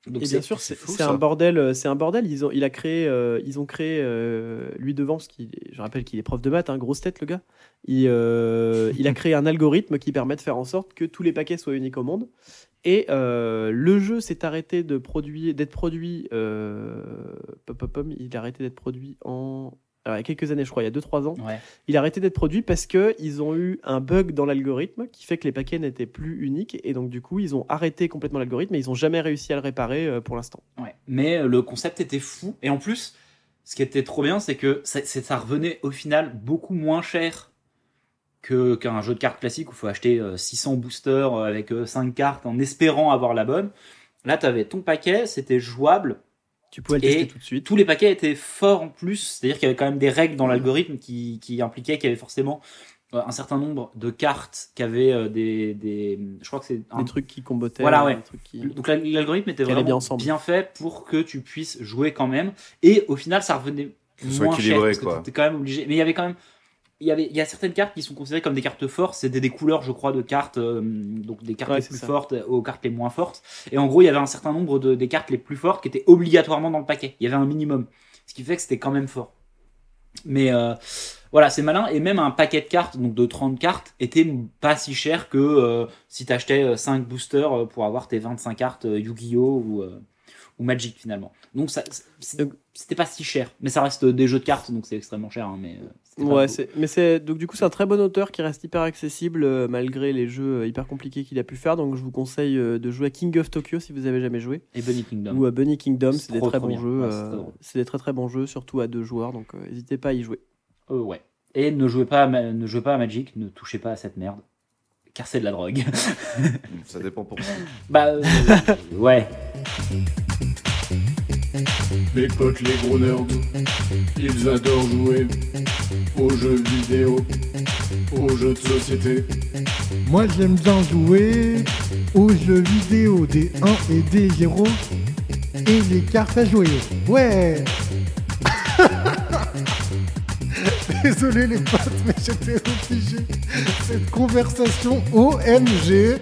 Speaker 2: Donc
Speaker 5: Et
Speaker 2: c'est
Speaker 5: Eh bien sûr, c'est
Speaker 4: fou,
Speaker 5: c'est
Speaker 4: ça.
Speaker 5: un bordel. euh, C'est un bordel. Ils ont, il a créé, euh, ils ont créé euh, lui devant parce qu'il, est- je rappelle qu'il est prof de maths, hein, grosse tête le gars. Il, euh, il a créé un algorithme qui permet de faire en sorte que tous les paquets soient uniques au monde. Et euh, le jeu s'est arrêté de produire, d'être produit. euh, pom, pom, pom, il a arrêté d'être produit en. alors, il y a quelques années, je crois, il y a 2-3 ans,
Speaker 2: Ouais.
Speaker 5: il a arrêté d'être produit parce que ils ont eu un bug dans l'algorithme qui fait que les paquets n'étaient plus uniques et donc du coup ils ont arrêté complètement l'algorithme et ils ont jamais réussi à le réparer euh, pour l'instant.
Speaker 2: Ouais. Mais euh, le concept était fou. Et en plus, ce qui était trop bien, c'est que ça, c'est- ça revenait au final beaucoup moins cher que qu'un jeu de cartes classique où il faut acheter euh, 600 boosters euh, avec 5 cartes en espérant avoir la bonne. Là, tu avais ton paquet, c'était jouable.
Speaker 5: Tu pouvais le
Speaker 2: Et
Speaker 5: tester tout de suite.
Speaker 2: Tous les paquets étaient forts en plus, c'est-à-dire qu'il y avait quand même des règles dans l'algorithme qui, qui impliquaient qu'il y avait forcément euh, un certain nombre de cartes qui avaient euh, des, des. Je crois que c'est un
Speaker 5: Des trucs qui combotaient.
Speaker 2: Voilà, ouais.
Speaker 5: des trucs qui-
Speaker 2: donc l'al- l'algorithme était
Speaker 5: Qu'elle est
Speaker 2: vraiment
Speaker 5: bien
Speaker 2: bien,
Speaker 5: ensemble.
Speaker 2: fait pour que tu puisses jouer quand même. Et au final, ça revenait
Speaker 4: Que ce soit
Speaker 2: moins cher
Speaker 4: équilibré,
Speaker 2: parce
Speaker 4: quoi.
Speaker 2: que t'es quand même obligé. Mais il y avait quand même, il y avait, il y a certaines cartes qui sont considérées comme des cartes fortes. C'est des, des couleurs, je crois, de cartes, euh, donc des cartes
Speaker 5: Ouais,
Speaker 2: les
Speaker 5: c'est
Speaker 2: plus
Speaker 5: ça.
Speaker 2: fortes aux cartes les moins fortes. Et en gros, il y avait un certain nombre de des cartes les plus fortes qui étaient obligatoirement dans le paquet. Il y avait un minimum, ce qui fait que c'était quand même fort. Mais euh, voilà, c'est malin. Et même un paquet de cartes, donc de 30 cartes, était pas si cher que euh, si t'achetais 5 boosters euh, pour avoir tes 25 cartes euh, Yu-Gi-Oh! ou, euh, ou Magic finalement. Donc ça, c'est-
Speaker 5: Donc-
Speaker 2: c'était pas si cher. Mais ça reste des jeux de cartes, donc c'est extrêmement cher. hein, mais, euh, c'était pas
Speaker 5: Ouais,
Speaker 2: beau.
Speaker 5: c'est- mais c'est donc du coup c'est un très bon auteur qui reste hyper accessible euh, malgré les jeux euh, hyper compliqués qu'il a pu faire. Donc je vous conseille euh, de jouer à King of Tokyo si vous avez jamais joué
Speaker 2: Et Bunny Kingdom.
Speaker 5: ou à Bunny Kingdom.
Speaker 2: C'est
Speaker 5: C'est des
Speaker 2: trop,
Speaker 5: très
Speaker 2: trop
Speaker 5: bons
Speaker 2: bien.
Speaker 5: jeux.
Speaker 2: Ouais, c'est
Speaker 5: euh,
Speaker 2: très drôle.
Speaker 5: c'est des très très bons jeux, surtout à deux joueurs. Donc euh, n'hésitez pas à y jouer.
Speaker 2: Euh, ouais. Et ne jouez, pas à Ma- ne jouez pas à Magic, ne touchez pas à cette merde. Car c'est de la drogue.
Speaker 4: Ça dépend pour qui.
Speaker 2: bah, euh, ouais.
Speaker 7: Mes potes les gros nerds, ils adorent jouer aux jeux vidéo, aux jeux de société.
Speaker 6: Moi j'aime bien jouer aux jeux vidéo des 1 et des 0 et les cartes à jouer. Ouais Désolé les potes, mais j'étais obligé. Cette conversation OMG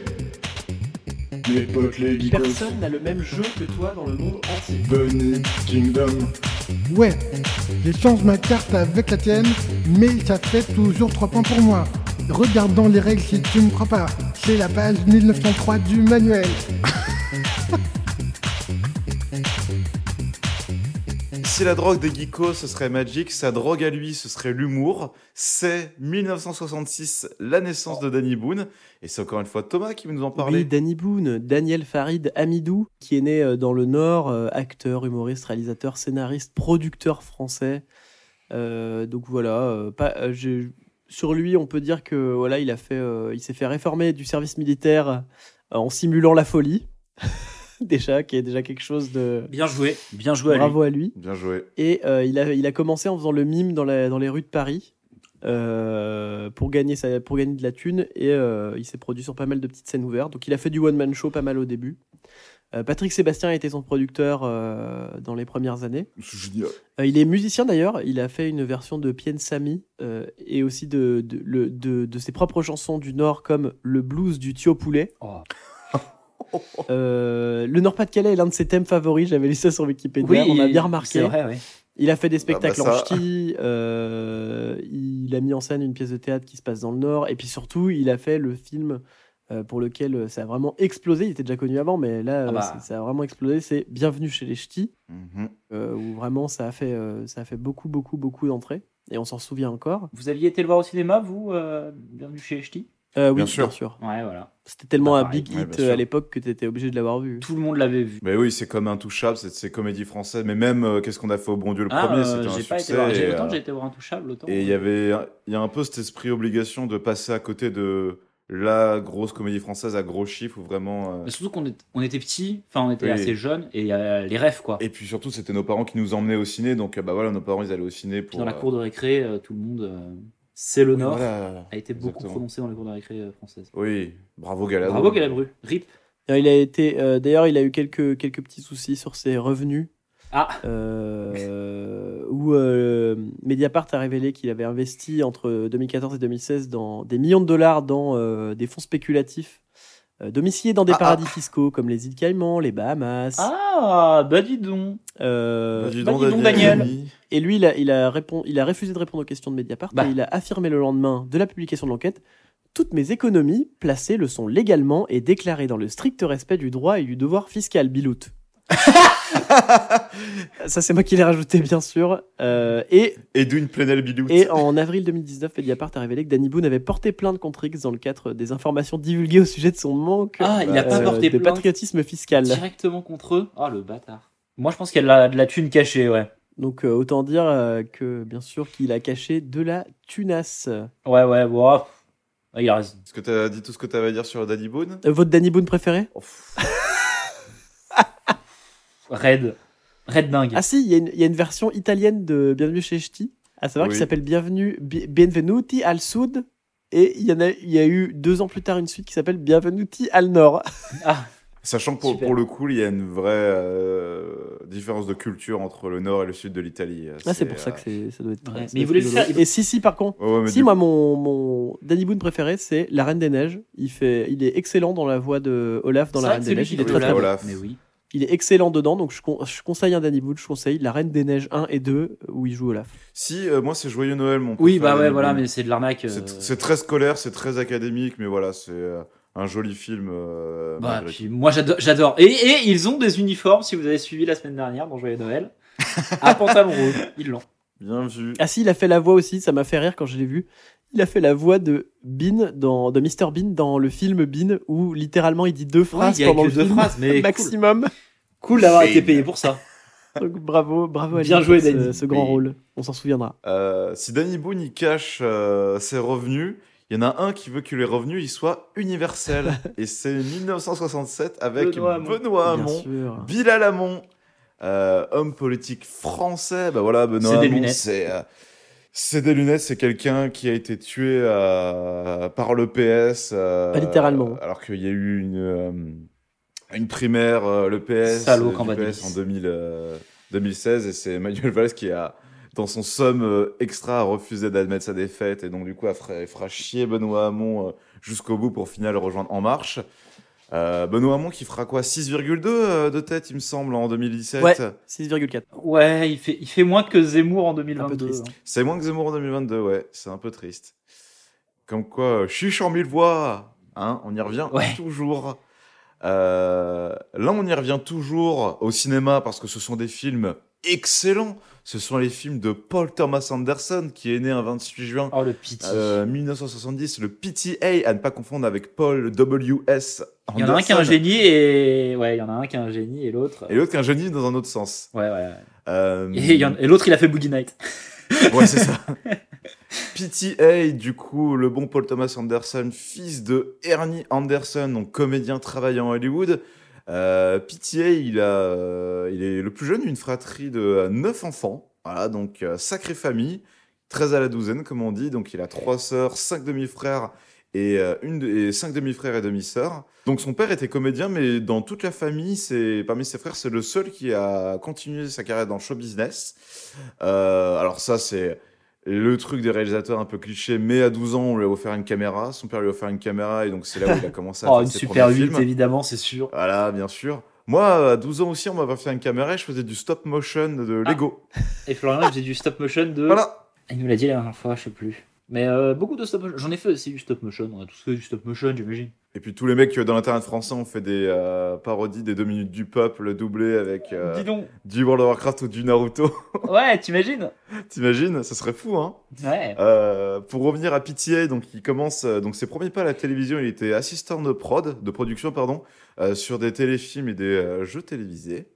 Speaker 7: les potes, les geekos,
Speaker 5: Personne n'a le même jeu que toi dans le monde entier.
Speaker 7: Bunny, Kingdom,
Speaker 6: Ouais, j'échange ma carte avec la tienne, mais ça fait toujours 3 points pour moi. Regarde dans les règles si tu me crois pas. C'est la page 1903 du manuel.
Speaker 4: Si la drogue des geekos, ce serait Magic, sa drogue à lui, ce serait l'humour. C'est 1966, la naissance de Danny Boone. Et c'est encore une fois Thomas qui nous en
Speaker 5: Oui,
Speaker 4: parlait.
Speaker 5: Danny Boone, Daniel Farid Amidou, qui est né euh, dans le Nord, euh, acteur, humoriste, réalisateur, scénariste, producteur français. Euh, donc voilà, euh, pas, euh, j'ai- sur lui, on peut dire que voilà, il a fait, euh, il s'est fait réformer du service militaire euh, en simulant la folie, déjà, qui est déjà quelque chose de
Speaker 2: Bien joué, bien joué à lui.
Speaker 5: bravo à lui.
Speaker 4: Bien joué.
Speaker 5: Et euh, il, a, il a commencé en faisant le mime dans, la- dans les rues de Paris euh, pour, gagner sa- pour gagner de la thune. Et euh, il s'est produit sur pas mal de petites scènes ouvertes. Donc il a fait du one-man show pas mal au début. Euh, Patrick Sébastien a été son producteur euh, dans les premières années.
Speaker 4: C'est génial.
Speaker 5: Euh, il est musicien d'ailleurs. Il a fait une version de Pien Sami euh, et aussi de, de, le- de- de ses propres chansons du Nord comme le blues du Thio Poulet.
Speaker 2: Oh.
Speaker 5: Euh, le Nord-Pas-de-Calais est l'un de ses thèmes favoris. J'avais lu ça sur Wikipédia. on a bien remarqué.
Speaker 2: C'est vrai, oui.
Speaker 5: Il a fait des spectacles
Speaker 4: Ah bah ça.
Speaker 5: en ch'ti, euh, il a mis en scène une pièce de théâtre qui se passe dans le Nord, et puis surtout, il a fait le film euh, pour lequel ça a vraiment explosé. Il était déjà connu avant, mais là,
Speaker 2: Ah
Speaker 5: euh,
Speaker 2: bah.
Speaker 5: ça- ça a vraiment explosé. C'est Bienvenue chez les ch'tis,
Speaker 4: Mhm.
Speaker 5: euh, où vraiment ça a fait, euh, ça a fait beaucoup, beaucoup, beaucoup d'entrées, et on s'en souvient encore.
Speaker 2: Vous aviez été le voir au cinéma, vous, euh, bienvenue chez HT
Speaker 5: Euh, oui,
Speaker 4: Bien
Speaker 5: bien
Speaker 4: sûr.
Speaker 5: sûr.
Speaker 2: Ouais, voilà.
Speaker 5: C'était tellement
Speaker 2: Bah,
Speaker 5: un
Speaker 2: pareil.
Speaker 5: big
Speaker 4: Ouais,
Speaker 5: hit
Speaker 4: bien sûr.
Speaker 5: euh, à l'époque que tu étais obligé de l'avoir vu.
Speaker 2: Tout le monde l'avait vu.
Speaker 4: Mais oui, c'est comme Intouchable, c'est de ces comédies françaises. Mais même euh, Qu'est-ce qu'on a fait au bon Dieu le
Speaker 2: Ah,
Speaker 4: premier,
Speaker 2: euh,
Speaker 4: c'était un
Speaker 2: j'ai pas été
Speaker 4: succès.
Speaker 2: voir.
Speaker 4: et,
Speaker 2: j'ai- Autant
Speaker 4: euh,
Speaker 2: j'ai été voir Intouchable, autant.
Speaker 4: Et il y avait, un- il y a un peu cet esprit obligation de passer à côté de la grosse comédie française à gros chiffres ou vraiment. euh,
Speaker 2: Mais surtout qu'on est- on était petits, enfin on était
Speaker 4: Oui.
Speaker 2: assez jeunes et il y a les rêves quoi.
Speaker 4: Et puis surtout, c'était nos parents qui nous emmenaient au ciné, donc euh, bah voilà, nos parents ils allaient au ciné pour.
Speaker 2: Puis dans la
Speaker 4: euh,
Speaker 2: cour de récré, euh, tout le monde. euh, c'est le
Speaker 4: oui,
Speaker 2: Nord.
Speaker 4: voilà.
Speaker 2: A été beaucoup
Speaker 4: Exactement.
Speaker 2: prononcé dans les cours de récré euh, françaises.
Speaker 4: Oui, bravo Galabru.
Speaker 2: Bravo Galabru. Rip.
Speaker 5: Alors, Il a été, euh, d'ailleurs, il a eu quelques, quelques petits soucis sur ses revenus.
Speaker 2: Ah,
Speaker 5: euh, où euh, Mediapart a révélé qu'il avait investi entre 2014 et 2016 dans des millions de dollars dans euh, des fonds spéculatifs euh, domiciliés dans des
Speaker 4: Ah, ah.
Speaker 5: paradis fiscaux comme les îles Caïmans, les Bahamas.
Speaker 2: ah, bah dis donc.
Speaker 5: euh,
Speaker 4: Bah, dis
Speaker 2: bah,
Speaker 4: donc,
Speaker 2: dis donc,
Speaker 4: Daniel.
Speaker 5: et lui, il a, il, a répond- il a refusé de répondre aux questions de Mediapart
Speaker 2: Bah.
Speaker 5: et il a affirmé le lendemain de la publication de l'enquête Toutes mes économies placées le sont légalement et déclarées dans le strict respect du droit et du devoir fiscal, Biloute. Ça, c'est moi qui l'ai rajouté, bien sûr. Euh, et,
Speaker 4: Et d'une Plenel Bilou.
Speaker 5: et en avril 2019, Mediapart a révélé que Danny Boone avait porté plainte contre X dans le cadre des informations divulguées au sujet de son manque
Speaker 2: Ah, il a
Speaker 4: Bah,
Speaker 2: pas
Speaker 5: euh,
Speaker 2: porté
Speaker 5: de
Speaker 2: plainte
Speaker 5: patriotisme fiscal.
Speaker 2: directement contre eux. Ah, le bâtard. Moi je pense qu'elle a de la thune cachée, ouais.
Speaker 5: Donc, euh, autant dire euh, que, bien sûr, qu'il a caché de la tunasse.
Speaker 2: Ouais, ouais, bon. ah, pff. Ah, il a raison.
Speaker 4: Est-ce que t'as dit tout ce que t'avais à dire sur Danny Boone
Speaker 5: Euh, Votre Danny Boone préféré
Speaker 4: Oh, pff.
Speaker 2: Red. Red dingue.
Speaker 5: Ah si, il y, a une- il y a une version italienne de Bienvenue chez Ch'ti, à savoir
Speaker 4: Oui.
Speaker 5: qui s'appelle Bienvenue, Bi- Bienvenuti al Sud, et il y, en a, il y a eu deux ans plus tard une suite qui s'appelle Bienvenuti al Nord.
Speaker 2: Ah,
Speaker 4: Sachant que pour,
Speaker 2: Super.
Speaker 4: pour le coup, il y a une vraie euh, différence de culture entre le nord et le sud de l'Italie.
Speaker 5: Ah, c'est pour ça que c'est- ça doit être très...
Speaker 2: Ouais,
Speaker 5: ça
Speaker 2: mais il
Speaker 5: doit
Speaker 2: voulait
Speaker 5: être
Speaker 2: le
Speaker 5: rigolo.
Speaker 2: faire- il-
Speaker 5: Et si, si, par contre,
Speaker 4: euh, ouais, ouais, mais
Speaker 5: si,
Speaker 4: du-
Speaker 5: moi, mon, mon Danny Boone préféré, c'est La Reine des Neiges. Il, fait, il est excellent dans la voix de Olaf dans
Speaker 2: C'est
Speaker 5: La
Speaker 2: vrai
Speaker 5: Reine
Speaker 2: que
Speaker 5: des
Speaker 2: c'est lui
Speaker 5: Neiges.
Speaker 2: qui
Speaker 5: Il est
Speaker 2: fait
Speaker 5: très, très bon.
Speaker 4: Olaf.
Speaker 2: Mais oui.
Speaker 5: Il est excellent dedans, donc je, con- je conseille un Danny Boone, je conseille La Reine des Neiges 1 et 2, où il joue Olaf.
Speaker 4: Si, euh, moi, c'est Joyeux Noël, mon
Speaker 2: Oui,
Speaker 4: préféré,
Speaker 2: bah ouais,
Speaker 4: Danny
Speaker 2: voilà,
Speaker 4: Boone.
Speaker 2: mais c'est de l'arnaque. euh,
Speaker 4: C'est c'est très scolaire, c'est très académique, mais voilà, c'est euh, un joli film. euh,
Speaker 2: Bah,
Speaker 4: malgré tout.
Speaker 2: puis moi j'ado- j'adore. Et, et ils ont des uniformes, si vous avez suivi la semaine dernière dans Joyeux Noël, à pantalon rouge. Ils l'ont.
Speaker 4: Bien vu.
Speaker 5: Ah si, il a fait la voix aussi, ça m'a fait rire quand je l'ai vu. Il a fait la voix de Bean dans de Mr Bean dans le film Bean où littéralement il dit deux phrases
Speaker 2: il y a
Speaker 5: pendant
Speaker 2: que
Speaker 5: le
Speaker 2: deux
Speaker 5: film,
Speaker 2: phrases, mais cool,
Speaker 5: maximum.
Speaker 2: cool d'avoir été payé pour ça.
Speaker 5: Donc bravo, bravo à lui
Speaker 2: Bien
Speaker 5: pour
Speaker 2: joué,
Speaker 5: ce-
Speaker 2: Danny.
Speaker 5: ce, grand
Speaker 4: Oui.
Speaker 5: rôle. On s'en souviendra.
Speaker 4: Euh, si Danny Boone il cache euh, ses revenus, il y en a un qui veut que les revenus ils soient universels. et c'est 1967 avec
Speaker 2: Benoît Hamon.
Speaker 4: Benoît
Speaker 5: Bien
Speaker 4: Hamon,
Speaker 5: sûr.
Speaker 4: Bilal Hamon, euh, homme politique français. Bah voilà, Benoît
Speaker 2: C'est des
Speaker 4: Hamon,
Speaker 2: lunettes.
Speaker 4: c'est. euh, c'est des lunettes, c'est quelqu'un qui a été tué euh, par le PS. euh,
Speaker 5: Pas littéralement.
Speaker 4: Alors qu'il y a eu une, euh, une primaire, euh, le PS,
Speaker 2: Salaud
Speaker 4: du
Speaker 2: Cambadélis.
Speaker 4: PS en 2000, euh, 2016, et c'est Manuel Valls qui a, dans son somme euh, extra, a refusé d'admettre sa défaite, et donc du coup, a fera, fera chier Benoît Hamon euh, jusqu'au bout pour finalement rejoindre En Marche. Euh, Benoît Hamon qui fera quoi 6,2 euh, de tête, il me semble, en 2017.
Speaker 5: Ouais, 6,4.
Speaker 2: Ouais, il fait, il fait moins que Zemmour en
Speaker 5: Un peu
Speaker 2: 2022.
Speaker 5: triste.
Speaker 2: hein.
Speaker 4: C'est moins que Zemmour en 2022, ouais. C'est un peu triste. Comme quoi, euh, chiche en mille voix hein, On y revient
Speaker 2: Ouais.
Speaker 4: toujours. Euh, là, on y revient toujours au cinéma parce que ce sont des films excellents. Ce sont les films de Paul Thomas Anderson qui est né un 28 juin
Speaker 2: Oh, le pitié.
Speaker 4: euh, 1970, le PTA, à ne pas confondre avec Paul W.S.
Speaker 2: il y en a un qui est un
Speaker 4: Anderson,
Speaker 2: génie et. Ouais, il y en a un qui est un génie et l'autre.
Speaker 4: Et l'autre qui est un génie dans un autre sens.
Speaker 2: Ouais, ouais, ouais.
Speaker 4: Euh,
Speaker 2: Et, il y en- et l'autre, il a fait Boogie Night.
Speaker 4: Ouais, c'est ça. PTA, du coup, le bon Paul Thomas Anderson, fils de Ernie Anderson, donc comédien travaillant à Hollywood. Euh, PTA, il, a, euh, il est le plus jeune d'une fratrie de euh, neuf enfants. Voilà, donc euh, sacrée famille, 13 à la douzaine, comme on dit. Donc il a trois sœurs, cinq demi-frères et, euh, une de- et cinq demi-frères et demi-sœurs. Donc son père était comédien, mais dans toute la famille, c'est parmi ses frères, c'est le seul qui a continué sa carrière dans le show business. Euh, alors ça, c'est le truc des réalisateurs un peu cliché, mais à 12 ans, on lui a offert une caméra. Son père lui a offert une caméra, et donc c'est là où il a commencé à
Speaker 2: Oh,
Speaker 4: faire
Speaker 2: une
Speaker 4: ses
Speaker 2: super
Speaker 4: premiers
Speaker 2: 8,
Speaker 4: films.
Speaker 2: évidemment, c'est sûr.
Speaker 4: Voilà, bien sûr. Moi, à 12 ans aussi, on m'avait fait une caméra et je faisais du stop motion de
Speaker 2: Ah.
Speaker 4: Lego.
Speaker 2: Et Florian, il faisait du stop motion de.
Speaker 4: Voilà.
Speaker 2: Il nous l'a dit la dernière fois, je sais plus. Mais euh, beaucoup de stop motion. J'en ai fait aussi du stop motion. On a tous fait du stop motion, j'imagine.
Speaker 4: Et puis tous les mecs euh, dans l'internet français ont fait des euh, parodies des 2 minutes du peuple doublées avec euh,
Speaker 2: Dis donc.
Speaker 4: du World of Warcraft ou du Naruto.
Speaker 2: Ouais, t'imagines
Speaker 4: T'imagines Ça serait fou, hein
Speaker 2: Ouais.
Speaker 4: Euh, pour revenir à PTA, donc il commence euh, donc ses premiers pas à la télévision. Il était assistant de prod, de production pardon, euh, sur des téléfilms et des euh, jeux télévisés.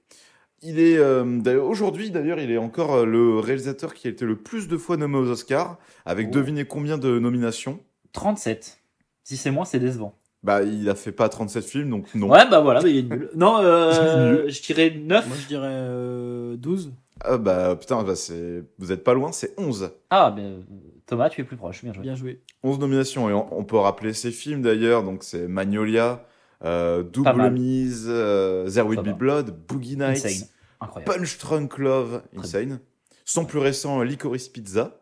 Speaker 4: Il est euh, d'ailleurs- aujourd'hui d'ailleurs, il est encore euh, le réalisateur qui a été le plus de fois nommé aux Oscars, avec
Speaker 2: Oh.
Speaker 4: devinez combien de nominations
Speaker 2: 37. Si c'est moi, c'est décevant.
Speaker 4: Bah, il a fait pas 37 films, donc non.
Speaker 2: Ouais, bah voilà, mais il est nul. Non, euh, je dirais 9.
Speaker 5: Moi, je dirais euh, 12.
Speaker 4: Ah, bah putain, bah, c'est vous êtes pas loin, c'est 11.
Speaker 2: Ah, mais euh, Thomas, tu es plus proche. Bien joué.
Speaker 5: Bien joué.
Speaker 4: 11 nominations et on, on peut rappeler ses films d'ailleurs, donc c'est Magnolia, euh,
Speaker 2: Pas
Speaker 4: Double
Speaker 2: mal.
Speaker 4: Mise, euh, There Will
Speaker 2: Ça
Speaker 4: Be
Speaker 2: va.
Speaker 4: Blood, Boogie Nights,
Speaker 2: Insane. Incroyable.
Speaker 4: Punch Drunk Love, Insane, son plus récent euh, Licorice Pizza,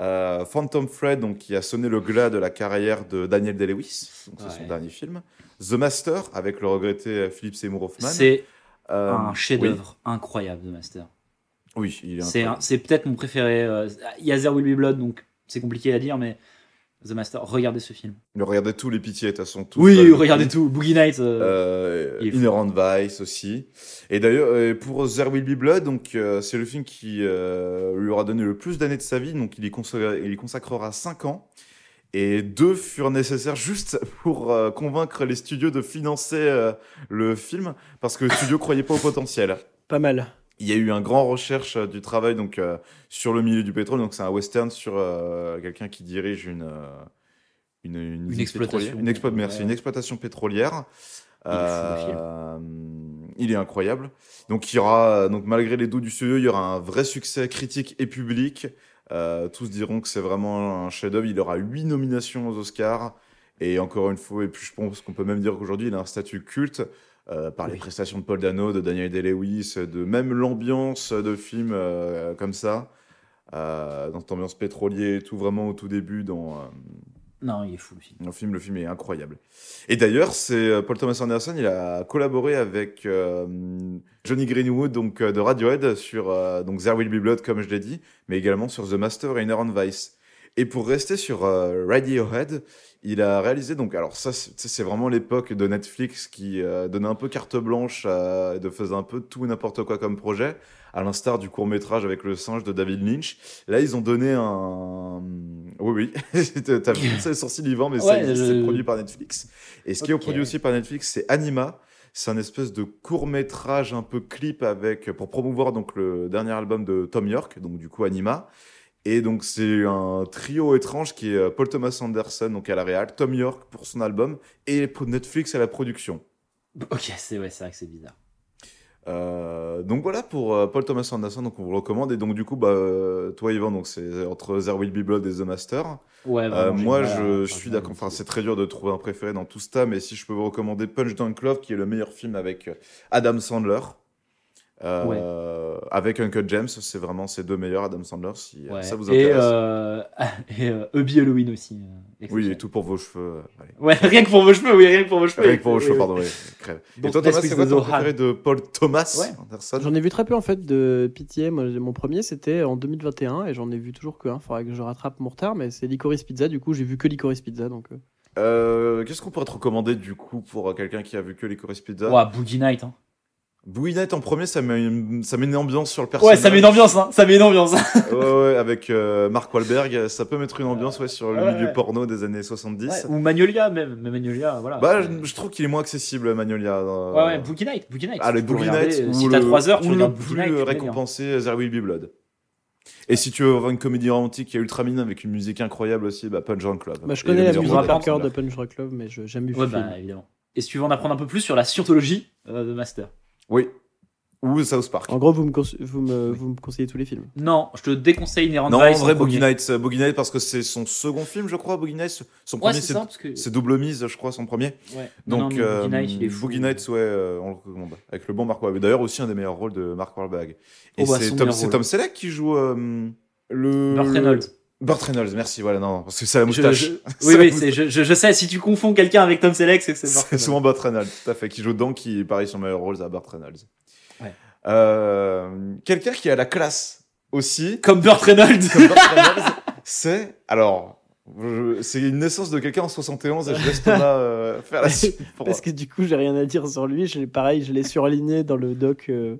Speaker 4: euh, Phantom Fred, donc qui a sonné le glas de la carrière de Daniel Day-Lewis, donc c'est son
Speaker 2: Ouais.
Speaker 4: dernier film, The Master avec le regretté euh, Philip Seymour Hoffman.
Speaker 2: C'est
Speaker 4: Euh,
Speaker 2: un
Speaker 4: oui.
Speaker 2: chef-d'œuvre incroyable de Master.
Speaker 4: Oui, il est
Speaker 2: C'est
Speaker 4: incroyable.
Speaker 2: un- c'est peut-être mon préféré. euh, Il y a There Will Be Blood, donc c'est compliqué à dire, mais The Master, regardez ce film.
Speaker 4: Il regardait tous les pitiés, de toute façon. tous
Speaker 2: oui,
Speaker 4: veulent le
Speaker 2: regardez
Speaker 4: film.
Speaker 2: tout. Boogie Night. euh,
Speaker 4: Euh,
Speaker 2: Il est fou.
Speaker 4: Inherent Vice aussi. Et d'ailleurs, euh, pour There Will Be Blood, donc euh, c'est le film qui euh, lui aura donné le plus d'années de sa vie, donc il y, consacrera, il y consacrera 5 ans. Et deux furent nécessaires juste pour euh, convaincre les studios de financer euh, le film, parce que les studios croyaient pas au potentiel.
Speaker 5: Pas mal.
Speaker 4: Il y a eu un grand recherche euh, du travail donc euh, sur le milieu du pétrole, donc c'est un western sur euh, quelqu'un qui dirige une euh, une,
Speaker 2: Une
Speaker 4: usine
Speaker 2: exploitation.
Speaker 4: pétrolière. une exploit- merci,
Speaker 2: Ouais.
Speaker 4: une exploitation pétrolière.
Speaker 2: Il est fou, le film.
Speaker 4: Euh, il est incroyable. Donc il y aura euh, donc malgré les doutes du studio, il y aura un vrai succès critique et public. Euh, tous diront que c'est vraiment un chef-d'œuvre. Il aura huit nominations aux Oscars. Et encore une fois, et puis je pense qu'on peut même dire qu'aujourd'hui, il a un statut culte euh, par les prestations de Paul Dano, de Daniel Day-Lewis, de même l'ambiance de films euh, comme ça, euh, dans cette ambiance pétrolier et tout, vraiment au tout début dans, euh,
Speaker 2: Non, il est fou le film.
Speaker 4: dans le film. Le film est incroyable. Et d'ailleurs, c'est euh, Paul Thomas Anderson, il a collaboré avec euh, Johnny Greenwood donc euh, de Radiohead sur euh, donc There Will Be Blood, comme je l'ai dit, mais également sur The Master et Inherent Vice. Et pour rester sur euh, Radiohead, il a réalisé donc alors ça c'est ça, c'est vraiment l'époque de Netflix qui euh, donnait un peu carte blanche, euh, de faisait un peu tout et n'importe quoi comme projet, à l'instar du court métrage avec le singe de David Lynch. Là ils ont donné un oui oui t'as vu ça les sourcils vivants mais ça
Speaker 2: Ouais,
Speaker 4: existe,
Speaker 2: je-
Speaker 4: c'est produit par Netflix. Et ce qui est
Speaker 2: Ok.
Speaker 4: produit aussi par Netflix c'est Anima. C'est un espèce de court métrage un peu clip avec pour promouvoir donc le dernier album de Tom York, donc du coup Anima. Et donc c'est un trio étrange qui est euh, Paul Thomas Anderson donc à la réal, Tom York pour son album et pour Netflix à la production.
Speaker 2: Ok, c'est ouais, c'est vrai que c'est bizarre.
Speaker 4: Euh, donc voilà pour euh, Paul Thomas Anderson donc on vous le recommande et donc du coup bah euh, toi Yvan donc c'est entre There Will Be Blood et The Master.
Speaker 2: Ouais,
Speaker 4: Euh,
Speaker 2: vraiment, j'ai
Speaker 4: moi
Speaker 2: du mal à-
Speaker 4: je
Speaker 2: enfin,
Speaker 4: suis d'accord
Speaker 2: j'ai-
Speaker 4: enfin c'est très dur de trouver un préféré dans tout ça mais si je peux vous recommander Punch Drunk Love qui est le meilleur film avec euh, Adam Sandler. Euh, Avec Uncle James, c'est vraiment ses deux meilleurs Adam Sandler, si euh,
Speaker 2: Ouais.
Speaker 4: ça vous
Speaker 2: et
Speaker 4: intéresse.
Speaker 2: euh, et euh, Hubby Halloween aussi. euh,
Speaker 4: Oui, et
Speaker 2: exceptionnel.
Speaker 4: tout pour vos cheveux. euh, allez.
Speaker 2: Ouais, rien que pour vos cheveux, oui, rien que pour vos cheveux.
Speaker 4: Avec pour vos
Speaker 2: Oui,
Speaker 4: cheveux,
Speaker 2: oui.
Speaker 4: pardon. ouais, crève. Et
Speaker 2: Donc,
Speaker 4: toi, Thomas,
Speaker 2: Netflix
Speaker 4: c'est quoi
Speaker 2: de
Speaker 4: ton
Speaker 2: Zohan.
Speaker 4: préféré de Paul Thomas
Speaker 2: Ouais.
Speaker 4: Anderson
Speaker 5: J'en ai vu très peu en fait de Pitié. Moi, j'ai- mon premier c'était en 2021 et j'en ai vu toujours que un. Faudrait que je rattrape mon retard, mais c'est Licorice Pizza. Du coup, j'ai vu que Licorice Pizza. Donc, euh,
Speaker 4: Euh, Qu'est-ce qu'on pourrait te recommander du coup pour euh, quelqu'un qui a vu que les Chorus Pizza
Speaker 2: Ouah, Boogie Night. Hein.
Speaker 4: Bouillette en premier, ça met, une, ça met une ambiance sur le personnage.
Speaker 2: Ouais, ça met une ambiance, hein. Ça met une ambiance.
Speaker 4: ouais, ouais, avec euh, Mark Wahlberg, ça peut mettre une ambiance ouais, sur le
Speaker 2: Ouais,
Speaker 4: milieu
Speaker 2: ouais.
Speaker 4: porno des années 70.
Speaker 2: Ouais, ou Magnolia même. Mais Magnolia, voilà.
Speaker 4: Bah,
Speaker 2: ouais,
Speaker 4: je, je trouve qu'il est moins accessible, Magnolia. euh,
Speaker 2: ouais, Boogie Night. Boogie Night.
Speaker 4: Ah, le
Speaker 2: tu peux
Speaker 4: Boogie
Speaker 2: regarder,
Speaker 4: Night
Speaker 2: euh,
Speaker 4: ou
Speaker 2: Si t'as
Speaker 4: le-
Speaker 2: 3 heures,
Speaker 4: ou
Speaker 2: tu
Speaker 4: le
Speaker 2: regardes
Speaker 4: plus
Speaker 2: Boogie Night. tu te mets bien.
Speaker 4: récompensé There Will Be Blood. Et si tu veux voir une comédie romantique et ultra mignonne avec une musique incroyable aussi, bah Punch Drunk Club.
Speaker 5: bah, je
Speaker 4: Et
Speaker 5: connais
Speaker 4: le
Speaker 5: la
Speaker 4: meilleur
Speaker 5: musique
Speaker 4: rôle
Speaker 5: par
Speaker 4: d'Adam
Speaker 5: cœur de
Speaker 4: Sandler.
Speaker 5: Punch Rock Club, mais je- j'ai jamais vu
Speaker 2: Ouais,
Speaker 5: le film.
Speaker 2: bah, évidemment. Et si tu veux en apprendre un peu plus sur la scientologie euh, de Master
Speaker 4: Oui. Ou South Park.
Speaker 5: En gros, vous me, conse- vous, me, vous me conseillez tous les films.
Speaker 2: Non, je te déconseille Inherent
Speaker 4: Non,
Speaker 2: Vice.
Speaker 4: en vrai,
Speaker 2: premier.
Speaker 4: Boogie Night, euh, Boogie Night, parce que c'est son second film, je crois, Boogie Night. Son
Speaker 2: Ouais,
Speaker 4: premier,
Speaker 2: c'est
Speaker 4: c'est
Speaker 2: ça, parce que.
Speaker 4: c'est Double Mise, je crois, son premier.
Speaker 2: ouais. Non,
Speaker 4: Donc,
Speaker 2: non, mais
Speaker 4: euh,
Speaker 2: Boogie Night, il est fou.
Speaker 4: ouais, euh, on le recommande. Avec le bon Mark Wahlberg. D'ailleurs, aussi un des meilleurs rôles de Mark Wahlberg. Et
Speaker 2: Oh, bah,
Speaker 4: c'est
Speaker 2: son
Speaker 4: Tom,
Speaker 2: meilleur
Speaker 4: c'est
Speaker 2: rôle.
Speaker 4: Tom Selleck qui joue euh, le.
Speaker 2: Burt Reynolds.
Speaker 4: Burt Reynolds, merci, voilà, non, parce que c'est la
Speaker 2: Je-
Speaker 4: moustache.
Speaker 2: je-
Speaker 4: C'est
Speaker 2: Oui,
Speaker 4: la
Speaker 2: oui,
Speaker 4: moustache.
Speaker 2: c'est- je, je, je sais, si tu confonds quelqu'un avec Tom Selleck, c'est que c'est Burt
Speaker 4: C'est
Speaker 2: Reynolds.
Speaker 4: souvent Burt Reynolds, tout à fait, qui joue dedans, qui, pareil, son meilleur rôle, c'est Burt Reynolds.
Speaker 2: Ouais.
Speaker 4: Euh, Quelqu'un qui a la classe aussi,
Speaker 2: Comme Burt Reynolds.
Speaker 4: comme Burt Reynolds, c'est. Alors, je- c'est une naissance de quelqu'un en 71, et je laisse Thomas euh, faire la suite. pour-
Speaker 5: Parce que du coup, j'ai rien à dire sur lui. Je l'ai- pareil, je l'ai surligné dans le doc euh,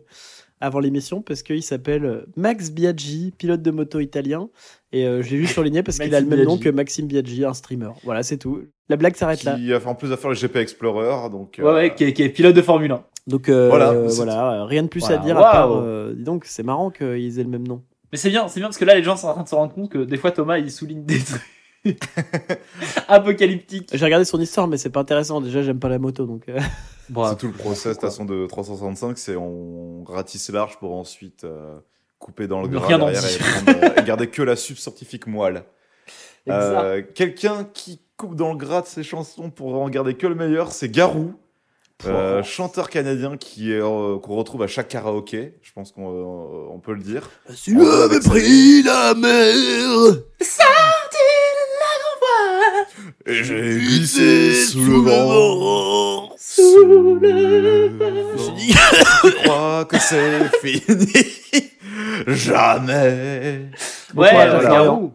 Speaker 5: avant l'émission parce qu'il s'appelle euh, Max Biaggi, pilote de moto italien. Et euh, je l'ai juste surligné parce qu'il a le
Speaker 2: Maxime
Speaker 5: même nom
Speaker 2: Biaggi.
Speaker 5: que Maxime Biaggi, un streamer. Voilà, c'est tout. La blague s'arrête là.
Speaker 4: qui a fait en plus à faire le GP Explorer, donc. euh,
Speaker 2: Ouais, ouais, qui est, qui est pilote de Formule 1.
Speaker 5: Donc euh,
Speaker 4: Voilà,
Speaker 5: euh,
Speaker 4: c'est
Speaker 5: voilà, euh, rien de plus
Speaker 2: Voilà,
Speaker 5: à dire à
Speaker 2: waouh.
Speaker 5: part. euh, dis donc, c'est marrant qu'ils aient le même nom.
Speaker 2: Mais c'est bien, c'est bien parce que là, les gens sont en train de se rendre compte que des fois, Thomas, il souligne des trucs apocalyptiques.
Speaker 5: J'ai regardé son histoire, mais c'est pas intéressant. Déjà, j'aime pas la moto, donc. euh,
Speaker 4: C'est tout le process de façon de 365, c'est on ratisse large pour ensuite euh, couper dans le
Speaker 2: Ne
Speaker 4: gras
Speaker 2: rien en
Speaker 4: derrière et,
Speaker 2: dire.
Speaker 4: prendre, euh, et garder que la sub scientifique moelle.
Speaker 2: Exact.
Speaker 4: Euh, Quelqu'un qui coupe dans le gras de ses chansons pour en garder que le meilleur, c'est Garou. euh, chanteur canadien qui est euh, qu'on retrouve à chaque karaoké, je pense qu'on euh, on peut le dire.
Speaker 5: Tu
Speaker 4: On voit avec sa-
Speaker 5: la mer
Speaker 4: Et j'ai glissé sous le vent,
Speaker 2: Sous
Speaker 4: le
Speaker 5: Je
Speaker 4: vent.
Speaker 5: dis-
Speaker 4: Je crois que c'est fini. Jamais.
Speaker 2: Ouais,
Speaker 5: Bonsoir,
Speaker 2: euh,
Speaker 4: voilà.
Speaker 2: Garou.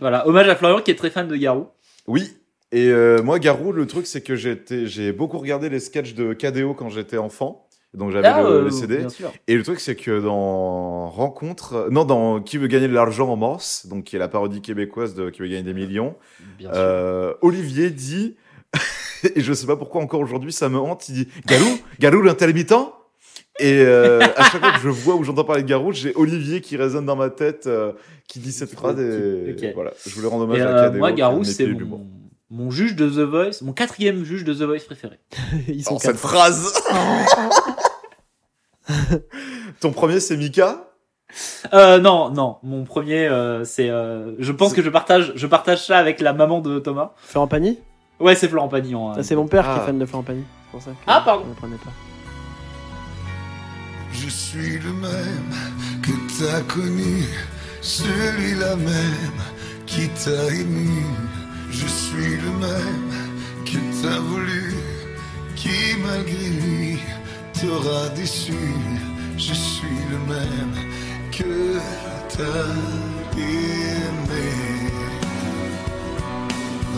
Speaker 2: Voilà, hommage à Florian qui est très fan de Garou.
Speaker 4: Oui. Et euh, moi, Garou, le truc, c'est que j'étais- j'ai beaucoup regardé les sketchs de KDO quand j'étais enfant. Donc j'avais le,
Speaker 2: euh,
Speaker 4: les CD.
Speaker 2: bien sûr.
Speaker 4: Et le truc, c'est que dans Rencontre, euh, non, dans Qui veut gagner de l'argent en morse, donc qui est la parodie québécoise de Qui veut gagner des millions,
Speaker 2: Bien sûr.
Speaker 4: euh, Olivier dit, et je sais pas pourquoi encore aujourd'hui ça me hante, il dit Garou, Garou l'intermittent et euh, à chaque fois que je vois ou j'entends parler de Garou, j'ai Olivier qui résonne dans ma tête, euh, qui dit cette phrase. Et
Speaker 2: Ok.
Speaker 4: voilà, je voulais rendre hommage
Speaker 2: Et,
Speaker 4: à
Speaker 2: euh,
Speaker 4: KDO.
Speaker 2: moi,
Speaker 4: qui est un
Speaker 2: Garou,
Speaker 4: des
Speaker 2: c'est
Speaker 4: piliers de l'humour.
Speaker 2: mon, mon juge de The Voice, mon quatrième juge de The Voice préféré.
Speaker 5: Ils sont
Speaker 4: Alors, cette
Speaker 5: quatre.
Speaker 4: phrase Ton premier, c'est Mika
Speaker 2: Euh, non, non, mon premier, euh, c'est. euh, je pense que je partage, je partage ça avec la maman de Thomas.
Speaker 5: Florent Pagny
Speaker 2: Ouais, c'est Florent Pagnon. hein.
Speaker 5: Ça, c'est mon père qui
Speaker 4: Ah.
Speaker 5: est fan de Florent Pagny. C'est pour ça que
Speaker 2: Ah, pardon.
Speaker 5: je le prenais pas.
Speaker 8: Je suis le même que t'as connu, celui-là même qui t'a ému. Je suis le même que t'as voulu, qui malgré lui t'aura déçu. Je suis le même que t'as aimé.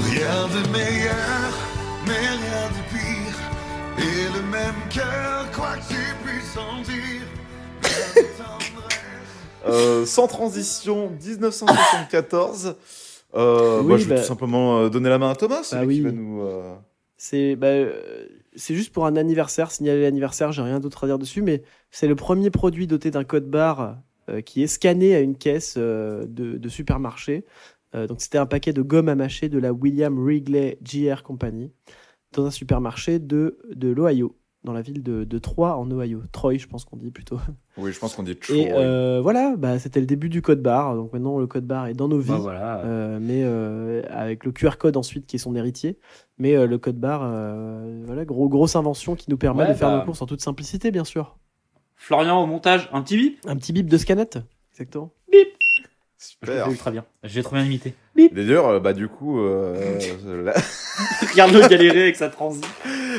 Speaker 8: Rien de meilleur, mais rien de pire. Et le même cœur, quoi que tu puisses en dire. Rien de tendresse.
Speaker 4: Euh, Sans transition, 1974. Euh,
Speaker 5: Oui,
Speaker 4: bah, je vais
Speaker 5: bah-
Speaker 4: tout simplement euh, donner la main à Thomas,
Speaker 2: Bah
Speaker 4: celui
Speaker 5: oui.
Speaker 4: qui va nous... euh,
Speaker 5: C'est bah, euh, c'est juste pour un anniversaire, signaler l'anniversaire, j'ai rien d'autre à dire dessus, mais c'est le premier produit doté d'un code barre euh, qui est scanné à une caisse euh, de, de supermarché. Euh, donc c'était un paquet de gomme à mâcher de la William Wrigley GR Company dans un supermarché de, de l'Ohio, dans la ville de, de Troy en Ohio. Troy, je pense qu'on dit plutôt.
Speaker 4: Oui, je pense qu'on dit Troy.
Speaker 5: Et euh, voilà, bah, c'était le début du code barre. Donc maintenant, le code barre est dans nos vies.
Speaker 2: Bah, voilà.
Speaker 5: Euh, mais euh, avec le QR code ensuite qui est son héritier. Mais euh, le code barre, euh, voilà, gros, grosse invention qui nous permet
Speaker 2: Ouais,
Speaker 5: de faire
Speaker 2: bah.
Speaker 5: nos courses en toute simplicité, bien sûr.
Speaker 2: Florian au montage, un petit bip.
Speaker 5: Un petit bip de scanette Exactement.
Speaker 4: Super.
Speaker 2: C'est ultra bien. J'ai trop bien imité.
Speaker 4: D'ailleurs, euh, bah du coup, euh, la-
Speaker 2: Regarde-le galérer avec sa transi.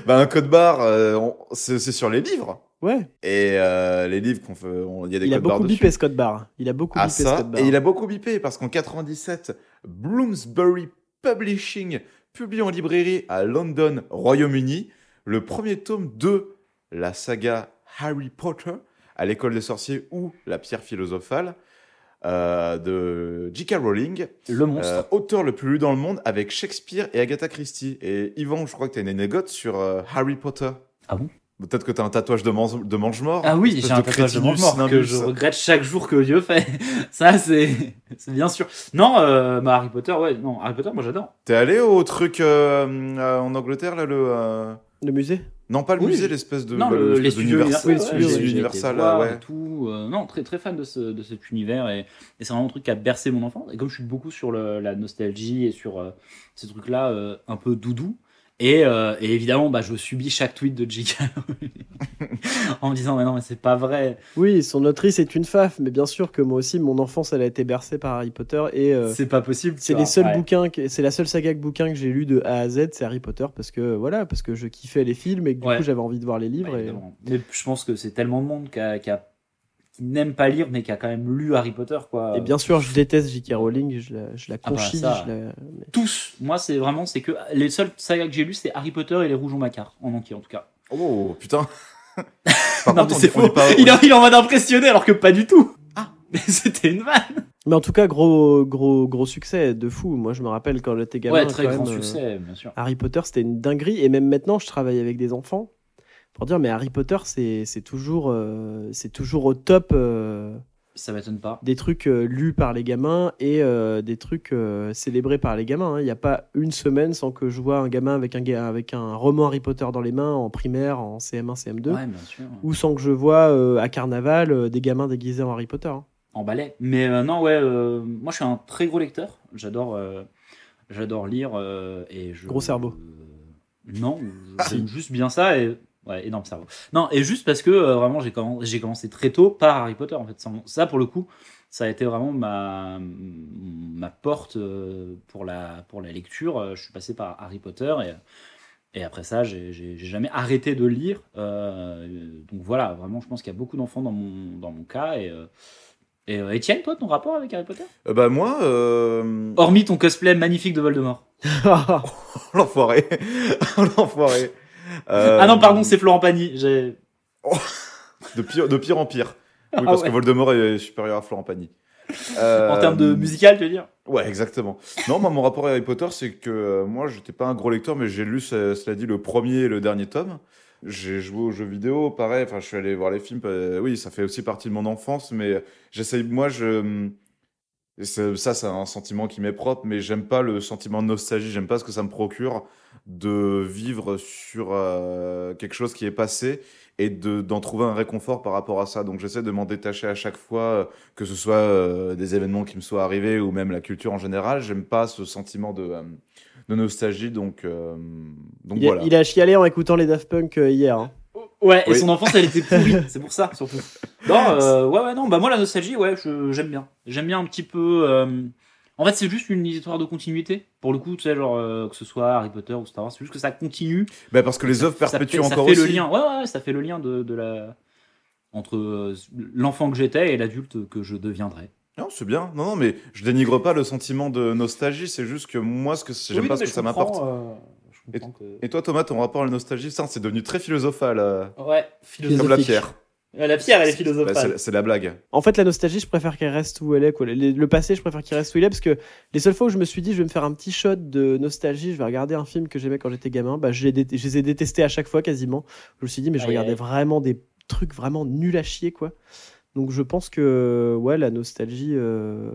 Speaker 4: bah, un code barre, euh, on- c'est c'est sur les livres.
Speaker 5: Ouais,
Speaker 4: Et euh, les livres qu'on fait, on- il y a des
Speaker 5: il a
Speaker 4: codes barres
Speaker 5: beaucoup
Speaker 4: dessus.
Speaker 5: bipé ce code barre. Il a beaucoup
Speaker 4: à
Speaker 5: bipé ce
Speaker 4: ça.
Speaker 5: code barre.
Speaker 4: Et il a beaucoup bipé parce qu'en 97, Bloomsbury Publishing publie en librairie à London, Royaume-Uni, le premier tome de la saga Harry Potter à l'école des sorciers ou la pierre philosophale euh, de J.K. Rowling,
Speaker 2: Le monstre.
Speaker 4: euh, auteur le plus lu dans le monde avec Shakespeare et Agatha Christie. Et Yvan, je crois que tu as une anecdote sur euh, Harry Potter.
Speaker 2: Ah bon
Speaker 4: Peut-être que tu as un tatouage de, man- de mange-mort.
Speaker 2: Ah oui,
Speaker 4: espèce
Speaker 2: j'ai un
Speaker 4: de
Speaker 2: tatouage de
Speaker 4: crétinus
Speaker 2: mort que
Speaker 4: nimbus.
Speaker 2: je regrette chaque jour que Dieu fait. Ça, c'est c'est bien sûr. Non, euh, bah, Harry Potter, ouais, non, Harry Potter, moi j'adore.
Speaker 4: T'es allé au truc euh, euh, en Angleterre, là, le. euh,
Speaker 5: Le musée
Speaker 4: Non, pas le
Speaker 2: Oui.
Speaker 4: musée, l'espèce de.
Speaker 2: non,
Speaker 4: bah,
Speaker 2: le,
Speaker 4: l'espèce
Speaker 2: les studios
Speaker 4: d'univers-
Speaker 2: Universal,
Speaker 5: oui,
Speaker 2: ouais, j'ai-
Speaker 5: les studios
Speaker 2: j'ai été
Speaker 4: Universal,
Speaker 2: voir
Speaker 4: ouais.
Speaker 2: et tout. euh, non, très très fan de, ce, de cet univers et, et c'est vraiment un truc qui a bercé mon enfance. Et comme je suis beaucoup sur le- la nostalgie et sur euh, ces trucs-là euh, un peu doudou, et, euh, et évidemment, bah, je subis chaque tweet de J.K. en me disant, mais non, mais c'est pas vrai.
Speaker 5: Oui, son autrice est une faf, mais bien sûr que moi aussi, mon enfance, elle a été bercée par Harry Potter et. euh,
Speaker 2: C'est pas possible. tu
Speaker 5: C'est
Speaker 2: vois.
Speaker 5: les seuls
Speaker 2: Ouais.
Speaker 5: bouquins, que- c'est la seule saga que bouquin que j'ai lu de A à Z, c'est Harry Potter parce que voilà, parce que je kiffais les films et que du
Speaker 2: Ouais.
Speaker 5: coup j'avais envie de voir les livres.
Speaker 4: Bah,
Speaker 2: Ouais,
Speaker 5: et...
Speaker 2: évidemment. Mais je pense que c'est tellement de monde qui, a- qui a- qui n'aime pas lire, mais qui a quand même lu Harry Potter, quoi.
Speaker 5: et bien sûr, je déteste J.K. Rowling, je la, je la
Speaker 2: Ah bah,
Speaker 5: conchis,
Speaker 2: ça.
Speaker 5: je la-
Speaker 2: tous. Moi, c'est vraiment, c'est que les seules sagas que j'ai lues, c'est Harry Potter et les Rouges en Macquart, en entier, en tout cas.
Speaker 4: Oh putain Par
Speaker 2: Non,
Speaker 4: contre,
Speaker 2: mais
Speaker 4: on-
Speaker 2: c'est
Speaker 4: on est
Speaker 2: faux.
Speaker 4: pas-
Speaker 2: Il, en- il en va d'impressionner, alors que pas du tout. Ah, mais c'était une vanne.
Speaker 5: Mais en tout cas, gros, gros, gros succès de fou. Moi, je me rappelle quand j'étais gamin.
Speaker 2: Ouais, très
Speaker 5: quand
Speaker 2: grand
Speaker 5: même, euh,
Speaker 2: succès, bien sûr.
Speaker 5: Harry Potter, c'était une dinguerie. Et même maintenant, je travaille avec des enfants pour dire, mais Harry Potter, c'est c'est toujours, euh, c'est toujours au top. euh,
Speaker 2: Ça m'étonne pas.
Speaker 5: des trucs euh, lus par les gamins et euh, des trucs euh, célébrés par les gamins. hein. Il n'y a pas une semaine sans que je vois un gamin avec un, ga- avec un roman Harry Potter dans les mains en primaire, en CM1, CM2,
Speaker 2: Ouais, bien sûr.
Speaker 5: ou sans que je vois euh, à carnaval euh, des gamins déguisés en Harry Potter. hein.
Speaker 2: en balai. Mais euh, non, ouais, euh, moi je suis un très gros lecteur. J'adore, euh, j'adore lire euh, et je.
Speaker 5: Gros cerveau. Ah.
Speaker 2: Euh, non, j'aime juste bien ça et ouais, énorme cerveau. Non, et juste parce que euh, vraiment j'ai commencé, j'ai commencé très tôt par Harry Potter en fait. Ça, ça, pour le coup, ça a été vraiment ma ma porte euh, pour la pour la lecture. Euh, Je suis passé par Harry Potter et et après ça, j'ai j'ai- j'ai jamais arrêté de lire. Euh, donc voilà, vraiment, je pense qu'il y a beaucoup d'enfants dans mon, dans mon cas. Et, euh, et euh, Étienne, toi, ton rapport avec Harry Potter
Speaker 4: Euh, Bah, moi, euh...
Speaker 2: Hormis ton cosplay magnifique de Voldemort.
Speaker 4: l'enfoiré L'enfoiré Euh,
Speaker 2: Ah non, pardon, c'est Florent Pagny. j'ai-
Speaker 4: de pire, de pire en pire. Oui,
Speaker 2: Ah
Speaker 4: parce
Speaker 2: ouais.
Speaker 4: que Voldemort est supérieur à Florent Pagny. Euh,
Speaker 2: En termes de musical, tu veux dire
Speaker 4: Ouais, exactement. Non, moi, mon rapport à Harry Potter, c'est que euh, moi, j'étais pas un gros lecteur, mais j'ai lu, ce- cela dit, le premier et le dernier tome. J'ai joué aux jeux vidéo, pareil. Enfin, je suis allé voir les films. euh, oui, ça fait aussi partie de mon enfance, mais j'essaye. Moi, je. et c'est- Ça, c'est un sentiment qui m'est propre, mais j'aime pas le sentiment de nostalgie. J'aime pas ce que ça me procure de vivre sur euh, quelque chose qui est passé et de- d'en trouver un réconfort par rapport à ça. Donc, j'essaie de m'en détacher à chaque fois. euh, que ce soit euh, des événements qui me soient arrivés ou même la culture en général, j'aime pas ce sentiment de, euh, de nostalgie. Donc, euh, donc
Speaker 5: il, a,
Speaker 4: voilà.
Speaker 5: il a chialé en écoutant les Daft Punk euh, hier. hein.
Speaker 2: Oh, Ouais, et
Speaker 4: Oui.
Speaker 2: son enfance, elle était pourrie. c'est pour ça, surtout. Non, euh, ouais, ouais, non. Bah, moi, la nostalgie, ouais, je- j'aime bien. J'aime bien un petit peu. euh, En fait, c'est juste une histoire de continuité. Pour le coup, tu sais, genre, euh, que ce soit Harry Potter ou Star Wars, c'est juste que ça continue.
Speaker 4: Bah, parce que les œuvres
Speaker 2: ça
Speaker 4: perpétuent
Speaker 2: fait-
Speaker 4: encore
Speaker 2: ça fait
Speaker 4: aussi.
Speaker 2: le lien ouais, ouais, ouais, ça fait le lien de, de la entre euh, l'enfant que j'étais et l'adulte que je deviendrai
Speaker 4: Non, c'est bien. Non, non, mais je dénigre pas le sentiment de nostalgie. C'est juste que moi, ce que c'est- j'aime pas ce que ça m'apporte.
Speaker 2: euh,
Speaker 4: Et toi, Thomas, ton rapport à la nostalgie, ça, c'est devenu très philosophal. euh,
Speaker 2: ouais
Speaker 4: comme la pierre.
Speaker 2: la pierre elle est
Speaker 4: Bah,
Speaker 2: philosophale
Speaker 4: c'est c'est la blague.
Speaker 5: En fait, la nostalgie, je préfère qu'elle reste où elle est. quoi. Le, le passé, je préfère qu'il reste où il est parce que les seules fois où je me suis dit, je vais me faire un petit shot de nostalgie, je vais regarder un film que j'aimais quand j'étais gamin, bah, je, l'ai dé- je les ai détestés à chaque fois quasiment. Je me suis dit, mais je
Speaker 2: Aïe,
Speaker 5: regardais
Speaker 2: aïe.
Speaker 5: vraiment des trucs vraiment nuls à chier, quoi. Donc je pense que ouais, la nostalgie, euh,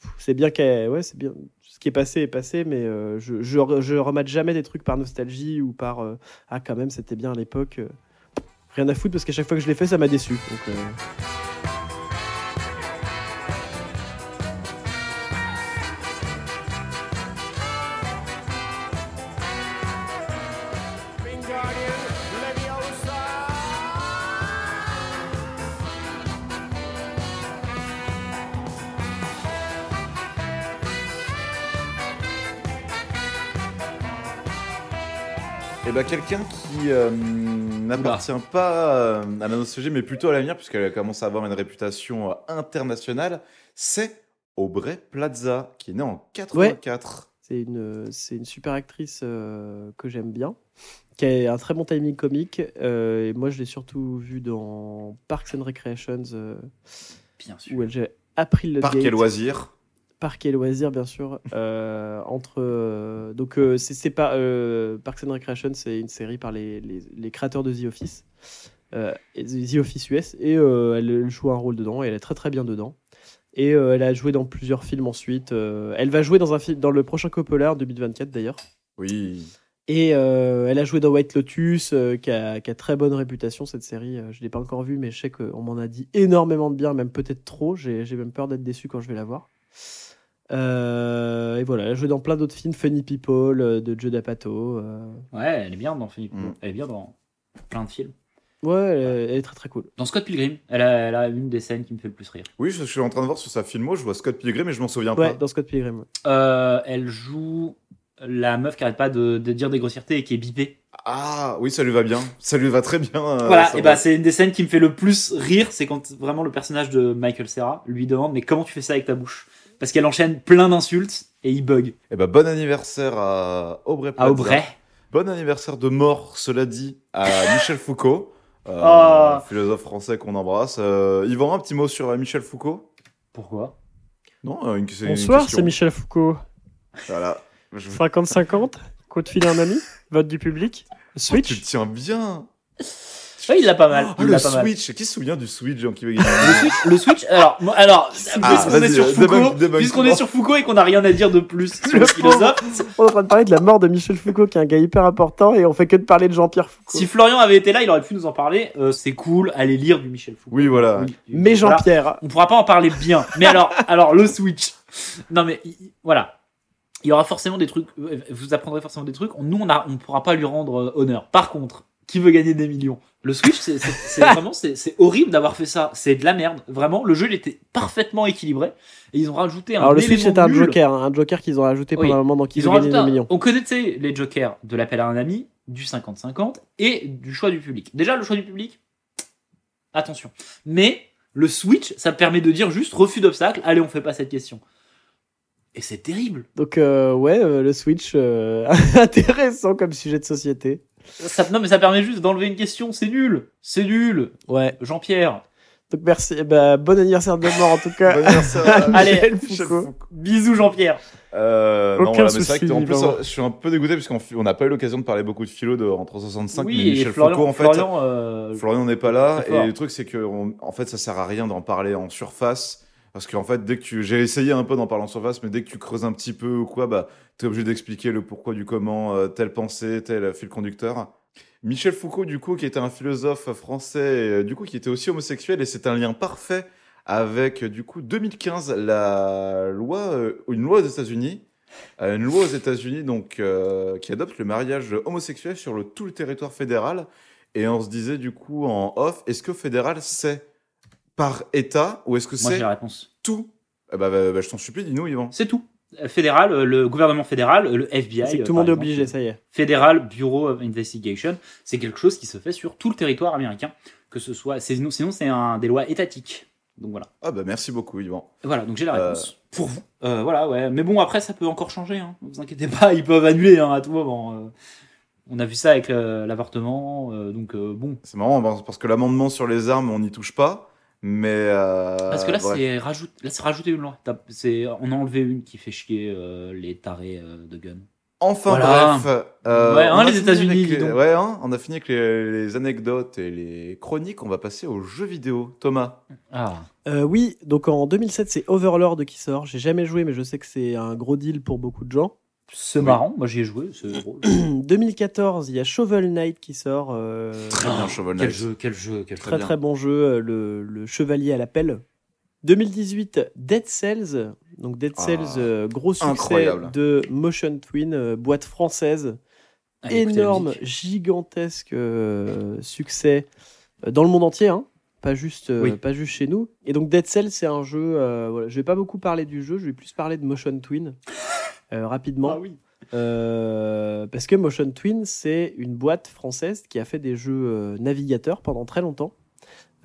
Speaker 5: pff, c'est bien qu'elle, ouais, c'est bien. Ce qui est passé est passé, mais euh, je, je, re- je remate jamais des trucs par nostalgie ou par euh, ah quand même c'était bien à l'époque. euh. Rien à foutre parce qu'à chaque fois que je l'ai fait, ça m'a déçu. Donc, euh,
Speaker 8: Wingardium Leviosa.
Speaker 4: Eh ben, quelqu'un qui euh, n'appartient pas euh, à la sujet, mais plutôt à l'avenir, puisqu'elle commence à avoir une réputation euh, internationale, c'est Aubrey Plaza, qui est née en 84.
Speaker 5: C'est une, euh, c'est une super actrice euh, que j'aime bien, qui a un très bon timing comique. euh, et moi, je l'ai surtout vue dans Parks and Recreations, euh,
Speaker 2: Bien sûr.
Speaker 5: où elle j'ai appris le
Speaker 4: Parc et loisirs.
Speaker 5: Parc et loisirs, bien sûr. euh, entre euh, donc euh, c'est c'est pas euh, Parks and Recreation, c'est une série par les, les, les créateurs de The Office, euh, et The Office US, et euh, elle, elle joue un rôle dedans et elle est très très bien dedans. Et euh, elle a joué dans plusieurs films ensuite. euh, elle va jouer dans un film dans le prochain Coppola en 2024 d'ailleurs.
Speaker 4: Oui.
Speaker 5: Et euh, elle a joué dans White Lotus, euh, qui, a, qui a très bonne réputation cette série. Euh, Je l'ai pas encore vue, mais je sais qu'on m'en a dit énormément de bien, même peut-être trop. J'ai j'ai même peur d'être déçu quand je vais la voir. Euh, et voilà, elle a joué dans plein d'autres films, Funny People euh, de Joe D'Apato. euh.
Speaker 2: Ouais, elle est bien dans Philippe.
Speaker 4: Mm.
Speaker 2: Elle est bien dans plein de films.
Speaker 5: Ouais, elle, est- elle est très très cool.
Speaker 2: Dans Scott Pilgrim, elle a, elle a une des scènes qui me fait le plus rire.
Speaker 4: Oui, je, je suis en train de voir sur sa filmo, je vois Scott Pilgrim, mais je m'en souviens
Speaker 5: Ouais,
Speaker 4: pas.
Speaker 5: dans Scott Pilgrim.
Speaker 2: Euh, elle joue la meuf qui arrête pas de, de dire des grossièretés et qui est bipée.
Speaker 4: Ah, oui, ça lui va bien. Ça lui va très bien. euh,
Speaker 2: voilà,
Speaker 4: ça
Speaker 2: et
Speaker 4: va.
Speaker 2: bah c'est une des scènes qui me fait le plus rire, c'est quand vraiment le personnage de Michael Serra lui demande mais comment tu fais ça avec ta bouche Parce qu'elle enchaîne plein d'insultes et il bug.
Speaker 4: Eh ben, bon anniversaire à Aubrey
Speaker 2: À
Speaker 4: Plaza.
Speaker 2: Aubrey.
Speaker 4: Bon anniversaire de mort, cela dit, à Michel Foucault, euh,
Speaker 2: Ah.
Speaker 4: philosophe français qu'on embrasse. Euh, Yvan, un petit mot sur euh, Michel Foucault
Speaker 2: Pourquoi
Speaker 4: Non, euh, une, c'est une
Speaker 5: Bonsoir,
Speaker 4: question.
Speaker 5: c'est Michel Foucault.
Speaker 4: Voilà. Je-
Speaker 5: 50-50, coup de fil à un ami, vote du public,
Speaker 4: Tu le
Speaker 5: Switch.
Speaker 4: tiens bien.
Speaker 2: Ouais, il l'a pas mal.
Speaker 4: Ah,
Speaker 2: il
Speaker 4: le
Speaker 2: l'a pas mal.
Speaker 4: Switch. Qui se souvient du Switch, jean qui
Speaker 2: Le Switch, le Switch, alors, moi- alors
Speaker 4: Ah,
Speaker 2: puisqu'on est
Speaker 4: vas-y,
Speaker 2: sur
Speaker 4: euh,
Speaker 2: Foucault,
Speaker 4: débunk- débunk.
Speaker 2: puisqu'on est sur Foucault et qu'on n'a rien à dire de plus sur le philosophe,
Speaker 5: On est en train de parler de la mort de Michel Foucault, qui est un gars hyper important, et on fait que de parler de Jean-Pierre Foucault.
Speaker 2: si Florian avait été là, il aurait pu nous en parler. Euh, c'est cool, allez lire du Michel Foucault.
Speaker 4: Oui, bah, voilà.
Speaker 2: Oui, du-
Speaker 5: Mais
Speaker 2: voilà.
Speaker 5: Jean-Pierre.
Speaker 2: On pourra pas en parler bien. Mais alors, alors le Switch. Non mais il- il- voilà. Il y aura forcément des trucs. euh, Vous apprendrez forcément des trucs. Nous, on a, on pourra pas lui rendre euh, honneur. Par contre, qui veut gagner des millions Le Switch, c'est c'est- c'est vraiment, c'est c'est horrible d'avoir fait ça. C'est de la merde. Vraiment, le jeu, il était parfaitement équilibré. Et ils ont rajouté un.
Speaker 5: Alors le
Speaker 2: élément
Speaker 5: Switch c'est un
Speaker 2: nul.
Speaker 5: Joker, hein, un Joker qu'ils ont rajouté
Speaker 2: Oui.
Speaker 5: pendant un moment donc ils
Speaker 2: Ils
Speaker 5: ont
Speaker 2: ont
Speaker 5: gagné
Speaker 2: rajouté
Speaker 5: des
Speaker 2: un-
Speaker 5: millions.
Speaker 2: On connaît tu sais, les jokers de l'appel à un ami, du 50-50 et du choix du public. Déjà, le choix du public, attention. Mais le switch, ça permet de dire juste refus d'obstacle, allez, on fait pas cette question. Et c'est terrible.
Speaker 5: Donc euh, ouais, euh, le Switch euh, intéressant comme sujet de société.
Speaker 2: Ça, non, mais ça permet juste d'enlever une question, c'est nul. C'est nul.
Speaker 5: Ouais.
Speaker 2: Jean-Pierre,
Speaker 5: Donc merci, eh ben, bon anniversaire de mort en tout
Speaker 4: Bon
Speaker 5: cas.
Speaker 4: anniversaire à
Speaker 2: Allez,
Speaker 4: Michel
Speaker 5: Foucault.
Speaker 2: bisous Jean-Pierre.
Speaker 4: Euh, non,
Speaker 5: Aucun
Speaker 4: voilà, mais
Speaker 5: souci,
Speaker 4: c'est vrai que, en plus,
Speaker 5: Yvan.
Speaker 4: je suis un peu dégoûté parce qu'on f- on n'a pas eu l'occasion de parler beaucoup de philo de, en 365, mais
Speaker 2: Oui, et
Speaker 4: Michel
Speaker 2: Florian,
Speaker 4: Foucault, en fait.
Speaker 2: Florian, euh,
Speaker 4: Florian n'est pas là
Speaker 2: Très fort.
Speaker 4: et le truc c'est que on- en fait ça sert à rien d'en parler en surface parce qu'en fait dès que tu j'ai essayé un peu d'en parler en surface mais dès que tu creuses un petit peu ou quoi bah t'es obligé d'expliquer le pourquoi du comment euh, telle pensée tel fil conducteur Michel Foucault du coup qui était un philosophe français et, euh, du coup qui était aussi homosexuel et c'est un lien parfait avec euh, du coup 2015 la loi euh, une loi aux États-Unis euh, une loi aux États-Unis donc euh, qui adopte le mariage homosexuel sur le, tout le territoire fédéral et on se disait du coup en off, est-ce que fédéral c'est par État ou est-ce que
Speaker 2: moi j'ai
Speaker 4: c'est
Speaker 2: la réponse.
Speaker 4: tout Eh bah, bah, bah, Je t'en supplie, dis-nous Yvan.
Speaker 2: C'est tout. Euh, Fédéral, euh, le gouvernement fédéral, euh, le FBI.
Speaker 5: C'est que
Speaker 2: euh,
Speaker 5: tout
Speaker 2: par
Speaker 5: le monde est
Speaker 2: exemple,
Speaker 5: obligé, ça y est.
Speaker 2: Federal Bureau of Investigation, c'est quelque chose qui se fait sur tout le territoire américain, que ce soit c'est- sinon sinon, c'est un des lois étatiques. Donc voilà.
Speaker 4: Ah bah merci beaucoup Yvan.
Speaker 2: Voilà, donc j'ai la
Speaker 4: Euh,
Speaker 2: réponse pour vous. Euh, voilà, ouais. Mais bon, après ça peut encore changer. Hein. Ne vous inquiétez pas, ils peuvent annuler hein, à tout moment. euh. on a vu ça avec euh, l'avortement, euh, donc euh, bon.
Speaker 4: C'est marrant parce- parce que l'amendement sur les armes, on n'y touche pas, mais... euh,
Speaker 2: Parce que là,
Speaker 4: bref.
Speaker 2: c'est rajout... là, c'est rajouter une loi. T'as- c'est- On a enlevé une qui fait chier euh, les tarés euh, de gun.
Speaker 4: Enfin
Speaker 2: Voilà.
Speaker 4: bref. euh,
Speaker 2: Ouais, hein,
Speaker 4: on a
Speaker 2: les
Speaker 4: fini avec
Speaker 2: États-Unis,
Speaker 4: les-
Speaker 2: dis donc.
Speaker 4: Ouais, hein, on a fini avec les, les anecdotes et les chroniques, on va passer aux jeux vidéo. Thomas,
Speaker 2: Ah.
Speaker 5: Euh, oui, donc en 2007 c'est Overlord qui sort. J'ai jamais joué mais je sais que c'est un gros deal pour beaucoup de gens.
Speaker 2: C'est marrant, moi j'y ai joué, c'est drôle.
Speaker 5: 2014 il y a Shovel Knight qui sort. euh,
Speaker 4: Très bien, Shovel
Speaker 2: Quel
Speaker 4: Knight.
Speaker 2: jeu, quel jeu, quel jeu.
Speaker 5: Très
Speaker 4: bien.
Speaker 5: très bon jeu, euh, le, le Chevalier à l'appel. 2018, Dead Cells. Donc Dead
Speaker 4: Ah,
Speaker 5: Cells, euh, gros succès
Speaker 4: incroyable.
Speaker 5: de Motion Twin, euh, boîte française,
Speaker 2: Allez, Ah, écoutez la
Speaker 5: énorme,
Speaker 2: musique.
Speaker 5: gigantesque euh, succès euh, dans le monde entier, hein, pas juste euh,
Speaker 2: Oui.
Speaker 5: pas juste chez nous. Et donc Dead Cells, c'est un
Speaker 4: Ah
Speaker 5: jeu. euh, voilà, je vais pas beaucoup parler du jeu, je vais plus parler de Motion Twin euh, rapidement.
Speaker 2: oui.
Speaker 5: Euh, parce que Motion Twin, c'est une boîte française qui a fait des jeux euh, navigateurs pendant très longtemps.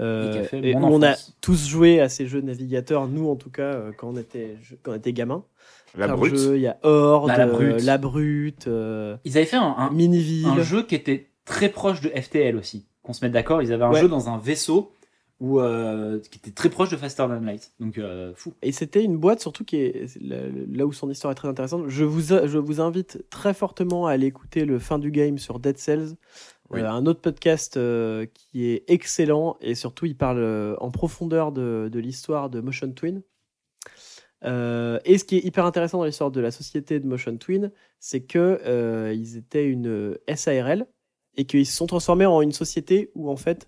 Speaker 5: Euh,
Speaker 2: Et qui a fait
Speaker 5: et
Speaker 2: mon
Speaker 5: où on a
Speaker 2: enfance.
Speaker 5: tous joué à ces jeux navigateurs, nous en tout cas, euh, quand on était, je- quand on était gamin.
Speaker 4: La
Speaker 5: Plein de
Speaker 4: brute.
Speaker 5: jeux, Il y a Horde,
Speaker 2: Bah, la
Speaker 5: euh,
Speaker 2: Brute.
Speaker 5: La Brute, euh,
Speaker 2: Ils avaient fait un, un- un
Speaker 5: Miniville.
Speaker 2: jeu qui était très proche de FTL aussi. Qu'on se mette d'accord, ils avaient un
Speaker 5: Ouais.
Speaker 2: jeu dans un vaisseau où, euh, qui était très proche de Faster Than Light. Donc, euh, fou.
Speaker 5: Et c'était une boîte surtout qui est là- là où son histoire est très intéressante. Je vous, je vous invite très fortement à aller écouter le fin du game sur Dead Cells,
Speaker 4: Oui.
Speaker 5: Euh, un autre podcast euh, qui est excellent et surtout il parle euh, en profondeur de, de l'histoire de Motion Twin. Euh, et ce qui est hyper intéressant dans l'histoire de la société de Motion Twin, c'est que euh, ils étaient une euh, SARL et qu'ils se sont transformés en une société où en fait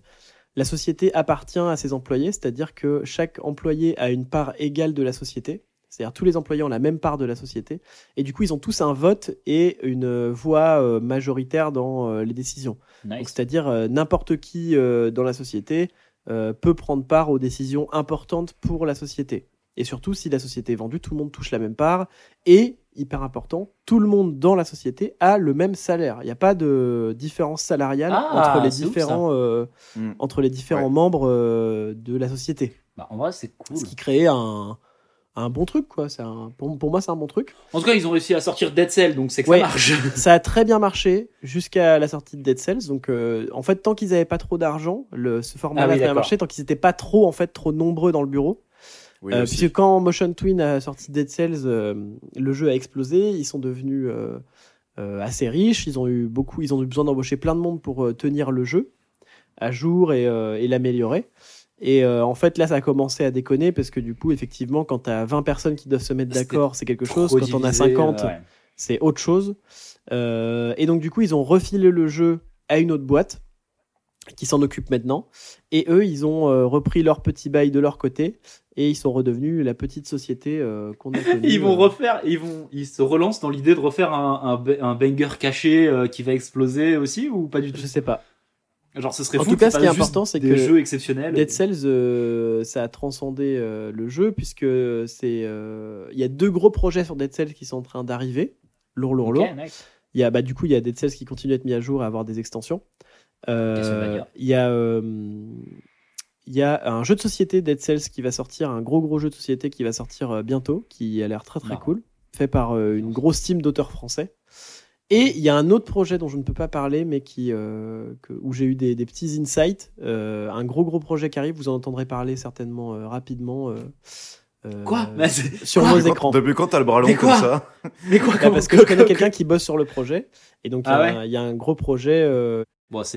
Speaker 5: la société appartient à ses employés, c'est-à-dire que chaque employé a une part égale de la société. C'est-à-dire tous les employés ont la même part de la société. Et du coup, ils ont tous un vote et une euh, voix euh, majoritaire dans euh, les décisions. Donc,
Speaker 2: Nice.
Speaker 5: C'est-à-dire euh, n'importe qui euh, dans la société euh, peut prendre part aux décisions importantes pour la société. Et surtout, si la société est vendue, tout le monde touche la même part. Et, hyper important, tout le monde dans la société a le même salaire. Il n'y a pas de différence salariale
Speaker 2: Ah,
Speaker 5: entre, les
Speaker 2: c'est ouf, ça.
Speaker 5: différents, euh,
Speaker 4: Mm.
Speaker 5: entre les différents
Speaker 4: Ouais.
Speaker 5: membres euh, de la société.
Speaker 2: Bah, en vrai, c'est cool.
Speaker 5: Ce qui crée un, un bon truc, quoi. C'est un- pour- pour moi, c'est un bon truc.
Speaker 2: En tout cas, ils ont réussi à sortir Dead Cell, donc c'est que
Speaker 5: Ouais.
Speaker 2: ça marche.
Speaker 5: Ça a très bien marché jusqu'à la sortie de Dead Cells. Donc, euh, en fait, tant qu'ils n'avaient pas trop d'argent, le-
Speaker 2: Ah
Speaker 5: ce
Speaker 2: oui,
Speaker 5: format-là a très bien
Speaker 2: d'accord.
Speaker 5: marché, tant qu'ils n'étaient pas trop, en fait, trop nombreux dans le bureau.
Speaker 4: Oui,
Speaker 5: Euh,
Speaker 4: aussi.
Speaker 5: puisque quand Motion Twin a sorti Dead Cells, euh, le jeu a explosé. Ils sont devenus euh, euh, assez riches. Ils ont eu beaucoup, ils ont eu besoin d'embaucher plein de monde pour euh, tenir le jeu à jour et, euh, et l'améliorer. Et euh, en fait, là, ça a commencé à déconner parce que du coup, effectivement, quand t'as 20 personnes qui doivent se mettre
Speaker 2: C'était
Speaker 5: d'accord, c'est quelque chose.
Speaker 2: Trop
Speaker 5: Quand on a
Speaker 2: divisé,
Speaker 5: 50,
Speaker 2: euh, ouais.
Speaker 5: c'est autre chose. Euh, et donc du coup, ils ont refilé le jeu à une autre boîte qui s'en occupe maintenant. Et eux, ils ont euh, repris leur petit bail de leur côté et ils sont redevenus la petite société euh, qu'on a connue.
Speaker 2: Ils vont
Speaker 5: Euh,
Speaker 2: refaire, ils vont, ils se relancent dans l'idée de refaire un, un ba- un banger caché euh, qui va exploser aussi ou pas du tout.
Speaker 5: Je sais pas.
Speaker 2: Genre, ce serait
Speaker 5: En
Speaker 2: fou.
Speaker 5: tout cas,
Speaker 2: c'est
Speaker 5: ce qui est
Speaker 2: pas juste
Speaker 5: important, c'est
Speaker 2: des
Speaker 5: que
Speaker 2: jeux exceptionnels.
Speaker 5: Dead Cells, euh, ça a transcendé euh, le jeu puisque c'est euh, il y a deux gros projets sur Dead Cells qui sont en train d'arriver, lourd, lourd,
Speaker 2: Ok,
Speaker 5: lourd.
Speaker 2: nice.
Speaker 5: Il y a, bah, du coup, il y a Dead Cells qui continue à être mis à jour, à avoir des extensions. Euh,
Speaker 2: Castlevania.
Speaker 5: il y a, euh, il y a un jeu de société Dead Cells qui va sortir, un gros gros jeu de société qui va sortir euh, bientôt, qui a l'air très très
Speaker 2: Marrant.
Speaker 5: cool, fait par euh, une grosse team d'auteurs français. Et il y a un autre projet dont je ne peux pas parler, mais qui, euh, que- où j'ai eu des, des petits insights. euh, un gros gros projet qui arrive, vous en entendrez parler certainement euh, rapidement. euh, euh,
Speaker 2: Quoi mais, c'est-
Speaker 5: Sur
Speaker 2: Quoi
Speaker 5: vos
Speaker 4: Depuis quand-
Speaker 5: écrans.
Speaker 4: Depuis quand t'as le bras long
Speaker 2: Mais
Speaker 4: comme
Speaker 2: quoi
Speaker 4: ça
Speaker 2: mais quoi
Speaker 5: Ah,
Speaker 2: comment-
Speaker 5: parce que je connais
Speaker 2: comment-
Speaker 5: quelqu'un qui bosse sur le projet. Et donc, il y a
Speaker 2: Ah
Speaker 5: un- il y, a un gros projet. euh,
Speaker 2: Bon, c'est-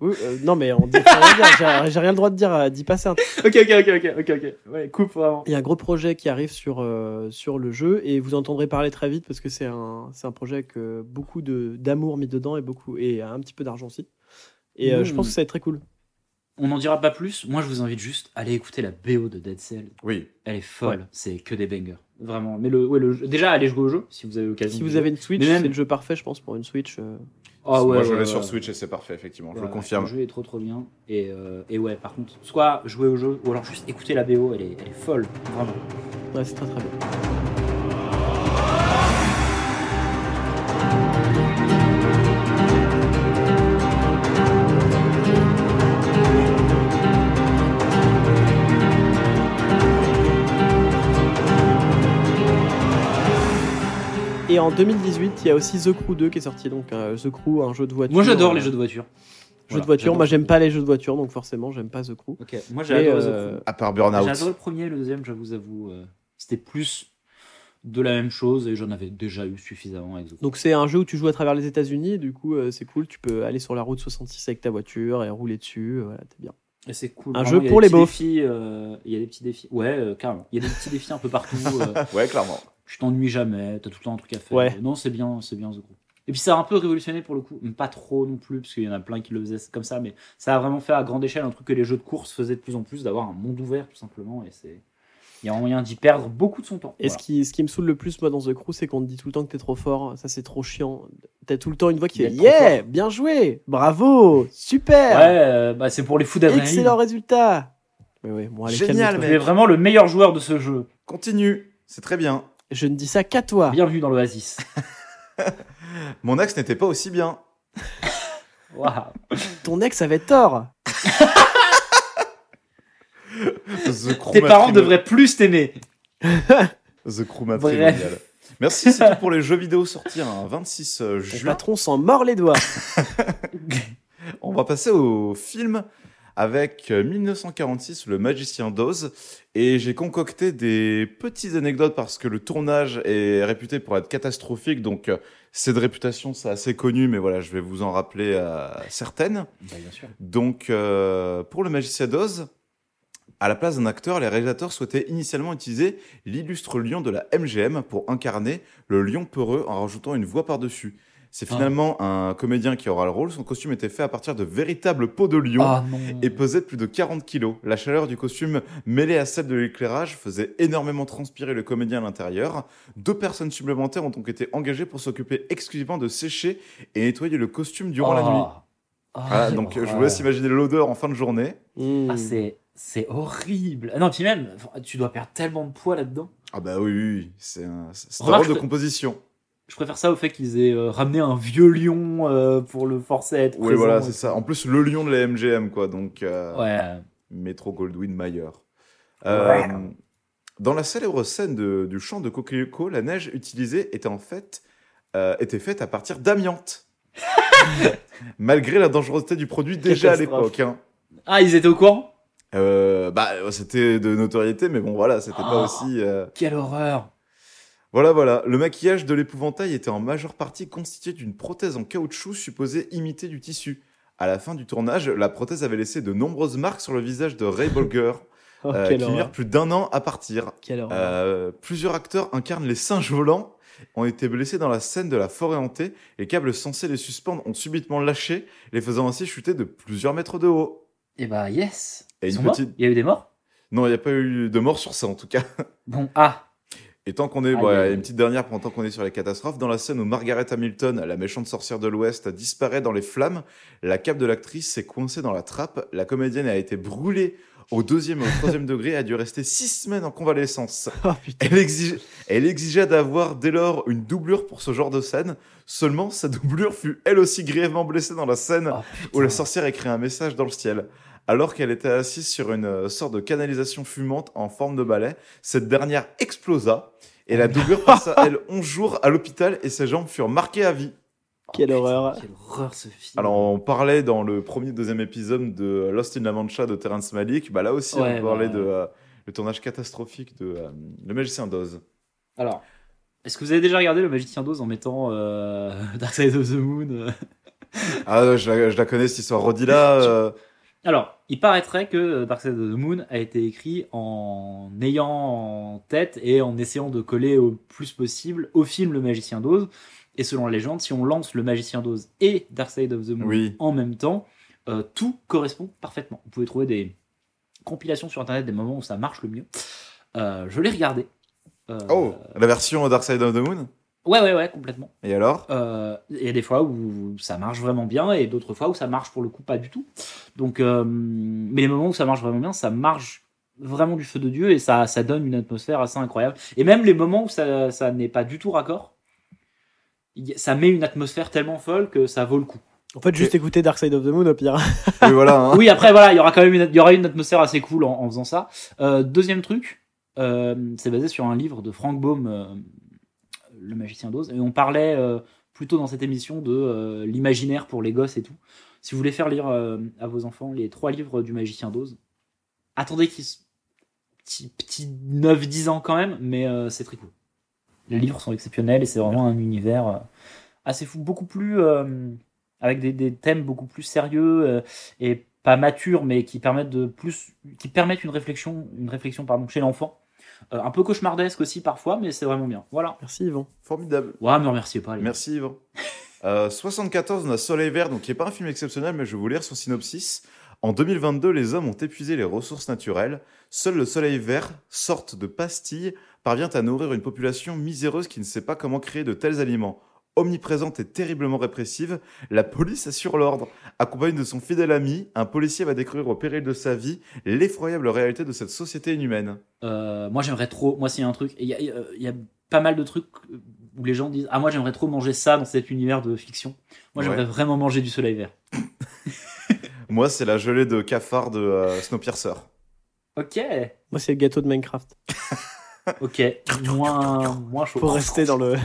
Speaker 5: oui, euh, non, mais on dit faut rien dire, j'ai- j'ai rien le droit de dire, euh, dis pas ça.
Speaker 2: Ok, ok, ok, ok, ok, ok. Ouais, coupe vraiment.
Speaker 5: Il y a un gros projet qui arrive sur, euh, sur le jeu et vous entendrez parler très vite parce que c'est un, c'est un projet avec euh, beaucoup de- d'amour mis dedans et, beaucoup, et un petit peu d'argent aussi. Et euh, je
Speaker 2: Mmh.
Speaker 5: pense que ça va être très cool.
Speaker 2: On n'en dira pas plus. Moi, je vous invite juste à aller écouter la BO de Dead Cell.
Speaker 4: Oui.
Speaker 2: Elle est folle. C'est que des bangers. Vraiment. Mais le, ouais, le jeu- déjà, allez jouer au jeu si vous avez l'occasion.
Speaker 5: Si
Speaker 2: de
Speaker 5: vous
Speaker 2: jouer.
Speaker 5: avez une Switch,
Speaker 2: Mais même-
Speaker 5: c'est le jeu parfait, je pense, pour une Switch. euh.
Speaker 2: Ah ouais,
Speaker 4: Moi, je
Speaker 2: ouais,
Speaker 4: l'ai
Speaker 2: ouais,
Speaker 4: sur
Speaker 2: ouais.
Speaker 4: Switch et c'est parfait, effectivement. Je le
Speaker 2: Ouais,
Speaker 4: confirme.
Speaker 2: Le jeu est trop trop bien. Et, euh, et ouais, par contre, soit jouer au jeu, ou alors juste écouter la BO, elle est, elle est folle, vraiment.
Speaker 5: Ouais, c'est très très bien. Et en 2018, il y a aussi The Crew 2 qui est sorti, donc euh, The Crew, un jeu de voiture.
Speaker 2: Moi j'adore
Speaker 5: euh,
Speaker 2: les jeux de voiture.
Speaker 5: jeux de
Speaker 2: Voilà,
Speaker 5: voiture.
Speaker 2: j'adore.
Speaker 5: Moi, j'aime pas les jeux de voiture, donc forcément, j'aime pas The Crew.
Speaker 2: Ok, moi j'ai
Speaker 5: Mais,
Speaker 2: adoré The
Speaker 5: euh,
Speaker 2: Crew.
Speaker 4: À part
Speaker 2: J'ai adoré
Speaker 4: Burnout.
Speaker 2: le premier, le deuxième, je vous avoue, euh, c'était plus de la même chose et j'en avais déjà eu suffisamment avec The Crew.
Speaker 5: Donc c'est un jeu où tu joues à travers les États-Unis, du coup euh, c'est cool, tu peux aller sur la route 66 avec ta voiture et rouler dessus, euh, voilà, t'es bien.
Speaker 2: Et c'est cool.
Speaker 5: un
Speaker 2: vraiment,
Speaker 5: jeu
Speaker 2: il y a
Speaker 5: pour
Speaker 2: des
Speaker 5: les
Speaker 2: petits
Speaker 5: beaufs.
Speaker 2: défis, euh, Il y a des petits défis. Ouais, euh, carrément. Il y a des petits défis un peu partout. euh,
Speaker 4: Ouais, clairement.
Speaker 2: tu t'ennuies jamais, t'as tout le temps un truc à faire.
Speaker 5: Ouais.
Speaker 2: Non, c'est bien, c'est bien The Crew. Et puis ça a un peu révolutionné pour le coup, mais pas trop non plus, parce qu'il y en a plein qui le faisaient comme ça, mais ça a vraiment fait à grande échelle un truc que les jeux de course faisaient de plus en plus, d'avoir un monde ouvert tout simplement, et c'est. Il y a moyen d'y perdre beaucoup de son temps.
Speaker 5: Et ce, qui, ce qui me saoule le plus moi dans The Crew, c'est qu'on te dit tout le temps que t'es trop fort, ça c'est trop chiant. T'as tout le temps une voix qui fait
Speaker 2: D'être trop
Speaker 5: Yeah, bien joué, bravo,
Speaker 2: Voilà.
Speaker 5: super,
Speaker 2: Ouais, euh, bah, c'est pour les fous d'adrénaline.
Speaker 5: excellent résultat. Mais ouais, bon, allez,
Speaker 4: Génial,
Speaker 5: calme-toi.
Speaker 2: Tu es vraiment le meilleur joueur de ce jeu.
Speaker 4: Continue. C'est très bien.
Speaker 5: Je ne dis ça qu'à toi.
Speaker 2: Bienvenue dans l'Oasis.
Speaker 4: Mon axe n'était pas aussi bien.
Speaker 2: Waouh.
Speaker 5: Ton ex avait tort.
Speaker 4: The Crew
Speaker 2: Tes parents
Speaker 4: matrimonial.
Speaker 2: devraient plus t'aimer.
Speaker 4: The Crew
Speaker 2: Bref.
Speaker 4: matrimonial. Merci, c'est tout pour les jeux vidéo sortis un 26
Speaker 5: Ton
Speaker 4: juin.
Speaker 5: patron s'en mord les doigts.
Speaker 4: On va passer au film avec euh, 1946, Le Magicien d'Oz. Et j'ai concocté des petites anecdotes parce que le tournage est réputé pour être catastrophique. Donc, euh, c'est de réputation, c'est assez connu, mais voilà, je vais vous en rappeler euh, certaines.
Speaker 5: Bah,
Speaker 2: bien sûr.
Speaker 4: Donc, euh, pour le magicien d'Oz, à la place d'un acteur, les réalisateurs souhaitaient initialement utiliser l'illustre lion de la MGM pour incarner le lion peureux en rajoutant une voix par-dessus. C'est
Speaker 2: Ah.
Speaker 4: finalement un comédien qui aura le rôle. Son costume était fait à partir de véritables peaux de lion
Speaker 2: Ah non.
Speaker 4: et pesait plus de 40 kilos. La chaleur du costume mêlée à celle de l'éclairage faisait énormément transpirer le comédien à l'intérieur. Deux personnes supplémentaires ont donc été engagées pour s'occuper exclusivement de sécher et nettoyer le costume durant
Speaker 2: Ah.
Speaker 4: la nuit. Voilà, donc euh, je vous laisse imaginer l'odeur en fin de journée.
Speaker 5: Hmm.
Speaker 2: Ah, c'est, c'est horrible. Ah non, puis même, tu dois perdre tellement de poids là-dedans.
Speaker 4: Ah bah oui, oui, oui, c'est un, c'est un
Speaker 2: Remarque-
Speaker 4: rôle de composition.
Speaker 2: Je préfère ça au fait qu'ils aient euh, ramené un vieux lion euh, pour le forcer à être
Speaker 4: Oui,
Speaker 2: présent.
Speaker 4: voilà, c'est ça. En plus, le lion de la MGM, quoi. Donc, euh,
Speaker 2: Ouais.
Speaker 4: Metro Goldwyn Mayer. Euh, Dans la célèbre scène de- du champ de Coquelicot, la neige utilisée était en fait euh, était faite à partir d'amiante. Malgré la dangerosité du produit déjà à
Speaker 2: Catastrophe.
Speaker 4: l'époque. hein.
Speaker 2: Ah, ils étaient au courant
Speaker 4: Euh, bah, c'était de notoriété, mais bon, voilà, c'était
Speaker 2: Oh.
Speaker 4: pas aussi. euh,
Speaker 2: Quelle horreur
Speaker 4: Voilà, voilà. Le maquillage de l'épouvantail était en majeure partie constitué d'une prothèse en caoutchouc supposée imiter du tissu. À la fin du tournage, la prothèse avait laissé de nombreuses marques sur le visage de Ray Bolger,
Speaker 5: Oh,
Speaker 4: euh,
Speaker 5: quelle
Speaker 4: qui
Speaker 5: horreur. Oh.
Speaker 4: mirent plus d'un an à partir.
Speaker 5: Quelle horreur.
Speaker 4: Euh, plusieurs acteurs incarnent les singes volants, ont été blessés dans la scène de la forêt hantée, les câbles censés les suspendre ont subitement lâché, les faisant ainsi chuter de plusieurs mètres de haut.
Speaker 2: Eh bah, yes
Speaker 4: Et
Speaker 2: Ils
Speaker 4: une
Speaker 2: sont morts
Speaker 4: petite-
Speaker 2: Il y a eu des morts
Speaker 4: Non, il n'y a pas eu de mort sur ça en tout cas.
Speaker 2: Bon, ah
Speaker 4: Et tant qu'on est,
Speaker 2: Aïe,
Speaker 4: bon,
Speaker 2: aïe, aïe.
Speaker 4: une petite dernière pendant qu'on est sur les catastrophes, dans la scène où Margaret Hamilton, la méchante sorcière de l'Ouest, disparaît dans les flammes, la cape de l'actrice s'est coincée dans la trappe, la comédienne a été brûlée au deuxième et au troisième degré et a dû rester six semaines en convalescence.
Speaker 5: Oh, putain.
Speaker 4: Elle, exige- elle exigea d'avoir dès lors une doublure pour ce genre de scène, seulement sa doublure fut elle aussi grièvement blessée dans la scène
Speaker 2: Oh,
Speaker 4: où la sorcière écrit un message dans le ciel. Alors qu'elle était assise sur une euh, sorte de canalisation fumante en forme de balai, cette dernière explosa et la doublure passa, elle, 11 jours à l'hôpital et ses jambes furent marquées à vie.
Speaker 5: Quelle horreur.
Speaker 2: Oh, Quelle horreur ce film
Speaker 4: Alors, on parlait dans le premier, deuxième épisode de Lost in La Mancha de Terrence Malick. Bah, là aussi,
Speaker 2: Ouais,
Speaker 4: on parlait
Speaker 2: bah,
Speaker 4: de euh, le tournage catastrophique de euh, Le Magicien d'Oz.
Speaker 2: Alors, est-ce que vous avez déjà regardé Le Magicien d'Oz en mettant euh, Dark Side of the Moon euh
Speaker 4: Ah, je la, je la connais, cette histoire. Roddy là. euh,
Speaker 2: Alors, il paraîtrait que euh, Dark Side of the Moon a été écrit en ayant en tête et en essayant de coller au plus possible au film Le Magicien d'Oz. Et selon la légende, si on lance Le Magicien d'Oz et Dark Side of the Moon
Speaker 4: Oui.
Speaker 2: en même temps, euh, tout correspond parfaitement. Vous pouvez trouver des compilations sur Internet des moments où ça marche le mieux. Euh, je l'ai regardé. Euh,
Speaker 4: Oh, la version Dark Side of the Moon.
Speaker 2: Ouais, ouais, ouais, complètement.
Speaker 4: Et alors
Speaker 2: Euh, Il y a des fois où ça marche vraiment bien et d'autres fois où ça marche pour le coup pas du tout. Donc, euh, mais les moments où ça marche vraiment bien, ça marche vraiment du feu de Dieu et ça, ça donne une atmosphère assez incroyable. Et même les moments où ça, ça n'est pas du tout raccord, il- ça met une atmosphère tellement folle que ça vaut le coup.
Speaker 5: En fait, juste écouter Dark Side of the Moon au pire.
Speaker 4: Oui, voilà. hein.
Speaker 2: Oui, après voilà, il y aura quand même une, il y aura une atmosphère assez cool en, en faisant ça. Euh, deuxième truc, euh, c'est basé sur un livre de Frank Baum, euh, le magicien d'Oz, et on parlait euh, plutôt dans cette émission de euh, l'imaginaire pour les gosses et tout. Si vous voulez faire lire euh, à vos enfants les trois livres du magicien d'Oz, attendez qu'ils s- petit, petit 9-10 ans quand même, mais euh, c'est très cool. Les livres sont exceptionnels et c'est vraiment un univers euh, assez fou, beaucoup plus euh, avec des, des thèmes beaucoup plus sérieux. euh, et pas mature mais qui permettent de plus qui permettent une réflexion une réflexion pardon chez l'enfant Euh, un peu cauchemardesque aussi parfois mais c'est vraiment bien voilà
Speaker 5: Merci Yvan.
Speaker 4: Formidable.
Speaker 2: ouais me remerciez pas les gars.
Speaker 4: Merci Yvan. Euh, 74, on a Soleil Vert, donc qui n'est pas un film exceptionnel, mais je vais vous lire son synopsis. En 2022, les hommes ont épuisé les ressources naturelles. Seul le Soleil Vert, sorte de pastille, parvient à nourrir une population miséreuse qui ne sait pas comment créer de tels aliments. Omniprésente et terriblement répressive, la police assure l'ordre. Accompagnée de son fidèle ami, un policier va découvrir au péril de sa vie l'effroyable réalité de cette société inhumaine.
Speaker 2: Euh, moi j'aimerais trop moi s'il y a un truc il y, a- il y a- il y a pas mal de trucs euh, où les gens disent Ah, moi j'aimerais trop manger ça dans cet univers de fiction. Moi j'aimerais
Speaker 4: Ouais.
Speaker 2: vraiment manger du soleil vert.
Speaker 4: Moi, c'est la gelée de cafard de euh, Snowpiercer.
Speaker 2: Ok,
Speaker 5: Moi, c'est le gâteau de Minecraft.
Speaker 2: ok, moins, moins chaud.
Speaker 5: Pour rester dans le.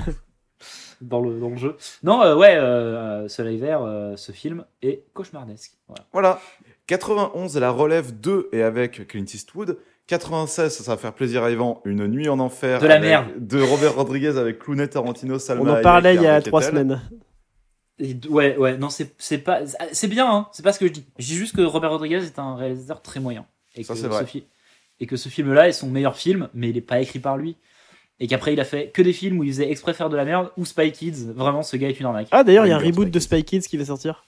Speaker 2: dans le, dans le jeu. Non, euh, ouais, euh, Soleil Vert, euh, ce film est cauchemardesque. Voilà.
Speaker 4: Voilà. 91, la relève 2 et avec Clint Eastwood. 96, ça va faire plaisir à Yvan, Une nuit en enfer.
Speaker 2: De la
Speaker 4: avec-
Speaker 2: merde.
Speaker 4: De Robert Rodriguez avec Clooney, Tarantino, Salma.
Speaker 5: On en
Speaker 4: Hayek,
Speaker 5: parlait il y a
Speaker 4: Harvey
Speaker 5: trois
Speaker 4: Keitel.
Speaker 5: semaines.
Speaker 2: Et d- ouais, ouais, non, c'est c'est pas. c'est- C'est bien, hein, c'est pas ce que je dis. Je dis juste que Robert Rodriguez est un réalisateur très moyen. Et
Speaker 4: Ça,
Speaker 2: que
Speaker 4: c'est vrai.
Speaker 2: ce fi- et que ce film-là est son meilleur film, mais il n'est pas écrit par lui. Et qu'après, il a fait que des films où il faisait exprès faire de la merde ou Spy Kids. Vraiment, ce gars est une arnaque.
Speaker 5: Ah, d'ailleurs, il y a un
Speaker 4: Reboot
Speaker 5: reboot
Speaker 4: Spy
Speaker 5: de Spy Kids qui va sortir.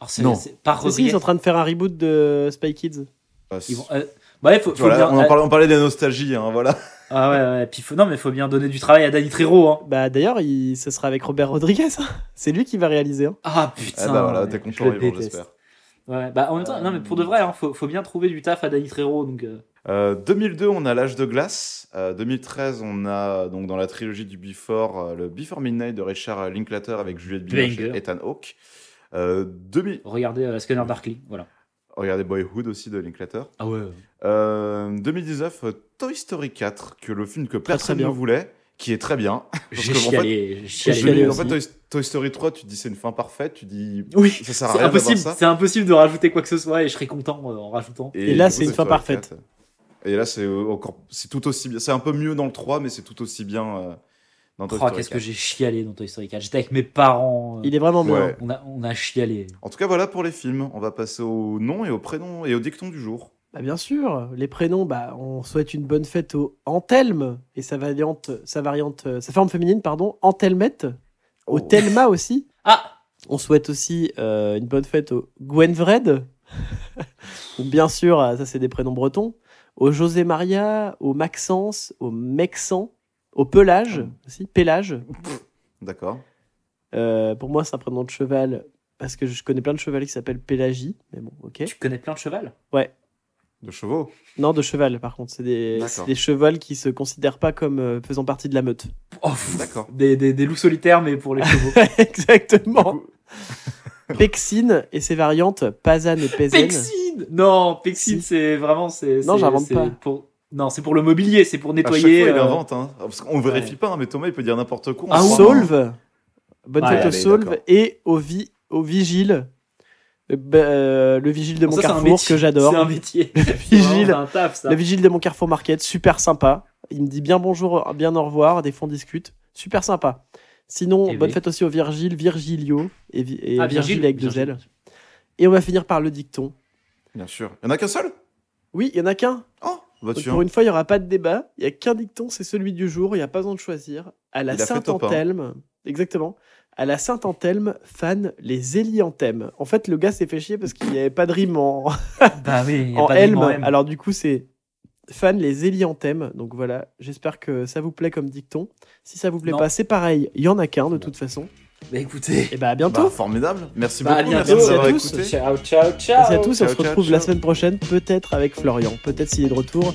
Speaker 2: Alors, c'est
Speaker 4: Non.
Speaker 2: c'est par
Speaker 5: Si, si, ils
Speaker 2: Rodriguez.
Speaker 5: sont en train de faire un reboot de Spy Kids.
Speaker 4: Ah,
Speaker 2: Ils vont- euh, bah ouais, faut, faut
Speaker 4: voilà,
Speaker 2: bien.
Speaker 4: on, en parlait, on parlait des nostalgies, hein, voilà.
Speaker 2: Ah ouais, ouais, puis faut, non, mais faut bien donner du travail à Danny Trejo. Hein.
Speaker 5: Bah, d'ailleurs, il... ce sera avec Robert Rodriguez. hein. C'est lui qui va réaliser. hein.
Speaker 2: Ah putain.
Speaker 4: Ah bah voilà,
Speaker 2: ouais,
Speaker 4: t'es
Speaker 2: je
Speaker 4: content,
Speaker 2: le
Speaker 4: Yvan,
Speaker 2: déteste.
Speaker 4: j'espère.
Speaker 2: Ouais, bah en même temps, non, mais pour de vrai, hein, faut, faut bien trouver du taf à Danny Trejo. Donc, euh,
Speaker 4: Euh, 2002, on a l'âge de glace. Euh, 2013, on a donc dans la trilogie du Before, euh, le Before Midnight de Richard Linklater avec Juliette Binoche
Speaker 2: Banger.
Speaker 4: et Ethan Hawke. Euh, 2000,
Speaker 2: regardez euh, Scanner Darkly. Voilà.
Speaker 4: regardez Boyhood aussi de Linklater.
Speaker 2: Ah ouais.
Speaker 4: Euh, 2019, euh, Toy Story 4, que le film que
Speaker 5: très
Speaker 4: personne ne
Speaker 5: bien.
Speaker 4: voulait, qui est très bien.
Speaker 2: J'ai
Speaker 4: Parce que, en
Speaker 2: chialé. J'ai
Speaker 4: Je-
Speaker 5: chialé
Speaker 2: chialé.
Speaker 4: en
Speaker 5: aussi.
Speaker 4: fait, Toy, Toy Story 3, tu te dis c'est une fin parfaite, tu dis
Speaker 2: Oui,
Speaker 4: ça sert à
Speaker 2: c'est
Speaker 4: rien d'avoir
Speaker 2: impossible.
Speaker 4: ça.
Speaker 2: C'est impossible de rajouter quoi que ce soit et je serais content euh, en rajoutant.
Speaker 5: Et là,
Speaker 4: du coup,
Speaker 5: c'est une
Speaker 4: Toy
Speaker 5: fin
Speaker 4: Story
Speaker 5: parfaite.
Speaker 4: 4. Et là, c'est encore, c'est tout aussi bien. C'est un peu mieux dans le 3, mais c'est tout aussi bien euh, dans Toy
Speaker 2: Oh,
Speaker 4: Story
Speaker 2: qu'est-ce
Speaker 4: 4.
Speaker 2: que j'ai chialé dans Toy Story 4. J'étais avec mes parents. euh,
Speaker 5: Il est vraiment bien.
Speaker 4: Ouais.
Speaker 5: hein.
Speaker 2: on, a, on a chialé.
Speaker 4: En tout cas, voilà pour les films. On va passer au nom et au prénom et au dicton du jour.
Speaker 5: Bah, bien sûr. Les prénoms, bah, on souhaite une bonne fête au Antelme et sa variante, sa variante, euh, sa forme féminine, pardon, Antelmette. Au
Speaker 4: Oh.
Speaker 5: Telma aussi.
Speaker 2: Ah
Speaker 5: On souhaite aussi euh, une bonne fête au Gwenvred. Ou bien sûr, euh, ça c'est des prénoms bretons. Au José Maria, au Maxence, au Mexan, au Pelage
Speaker 4: Ah.
Speaker 5: aussi, Pélage.
Speaker 4: D'accord.
Speaker 5: Euh, pour moi, c'est un prénom de cheval parce que je connais plein de chevaliers qui s'appellent Pélagie, mais bon, ok.
Speaker 2: Tu connais plein de cheval
Speaker 4: De chevaux.
Speaker 5: Non, de cheval par contre, c'est des,
Speaker 4: D'accord.
Speaker 5: c'est des chevals qui se considèrent pas comme euh, faisant partie de la meute.
Speaker 2: Oh, pff,
Speaker 4: D'accord.
Speaker 2: Des, des, des loups solitaires, mais pour les chevaux.
Speaker 5: Exactement.
Speaker 4: Du coup-
Speaker 5: Pexine et ses variantes, Pazane et Pézène.
Speaker 2: Pexine Non, Pexine,
Speaker 5: Si.
Speaker 2: c'est vraiment. c'est-
Speaker 5: Non,
Speaker 2: c'est-
Speaker 5: j'invente
Speaker 2: c'est
Speaker 5: pas.
Speaker 2: Pour... Non, c'est pour le mobilier, c'est pour
Speaker 4: À chaque
Speaker 2: nettoyer.
Speaker 4: fois, il
Speaker 2: euh,
Speaker 4: invente. Hein. Parce qu'on vérifie pas, hein, mais Thomas, il peut dire n'importe quoi. on
Speaker 2: Ah,
Speaker 4: croit, hein.
Speaker 5: Solve. Bonne
Speaker 2: Ouais,
Speaker 5: fête au
Speaker 4: allez,
Speaker 5: Solve
Speaker 4: d'accord.
Speaker 5: et au, vi- au Vigile. Euh, bah, euh, le Vigile de mon
Speaker 2: Ça, c'est un
Speaker 5: Carrefour
Speaker 2: métier.
Speaker 5: que j'adore.
Speaker 2: C'est un métier.
Speaker 5: Vigile.
Speaker 2: C'est un taf, ça.
Speaker 5: Le Vigile de mon Carrefour Market, super sympa. Il me dit bien bonjour, bien au revoir, des fois on discute. Super sympa. Sinon,
Speaker 2: Eh
Speaker 5: bonne
Speaker 2: oui.
Speaker 5: fête aussi au Virgile, Virgilio et, Vi- et
Speaker 2: Ah,
Speaker 5: Virgile
Speaker 2: Virgile,
Speaker 5: avec deux
Speaker 2: Virgile.
Speaker 5: ailes. Et on va finir par le dicton.
Speaker 4: Bien sûr. Il y en a qu'un seul
Speaker 5: Oui, il y en a qu'un.
Speaker 4: Oh,
Speaker 5: Donc,
Speaker 4: vas-tu
Speaker 5: Pour une fois, il n'y aura pas de débat. Il n'y a qu'un dicton, c'est celui du jour. Il n'y a pas besoin de choisir. À la
Speaker 4: Il a fait top, hein.
Speaker 5: Saint-Anthelme, exactement. À la Saint-Anthelme, fan les hélianthèmes. En fait, le gars s'est fait chier parce qu'il n'y avait pas de rime en,
Speaker 2: Bah oui, y a
Speaker 5: en
Speaker 2: pas de
Speaker 5: helme.
Speaker 2: rime en helme.
Speaker 5: Alors du coup, c'est fan les hélianthèmes. Donc voilà, j'espère que ça vous plaît comme dicton. Si ça vous plaît
Speaker 2: Non.
Speaker 5: pas, c'est pareil. Il y en a qu'un de toute façon.
Speaker 2: Bah écoutez.
Speaker 5: Et bah à
Speaker 4: Bah,
Speaker 5: bientôt.
Speaker 4: formidable. Merci
Speaker 2: Bah, à
Speaker 4: beaucoup. Merci
Speaker 2: bientôt.
Speaker 4: de nous avoir
Speaker 5: Merci à tous.
Speaker 4: écoutés.
Speaker 2: Ciao, ciao, ciao.
Speaker 5: Merci à tous. et on
Speaker 4: Ciao,
Speaker 5: se
Speaker 4: ciao,
Speaker 5: retrouve la
Speaker 4: ciao.
Speaker 5: semaine prochaine, peut-être avec Florian, peut-être s'il est de retour.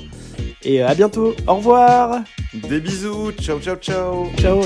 Speaker 5: Et euh, à bientôt. Au revoir.
Speaker 4: Des bisous. Ciao, ciao, ciao.
Speaker 5: Ciao.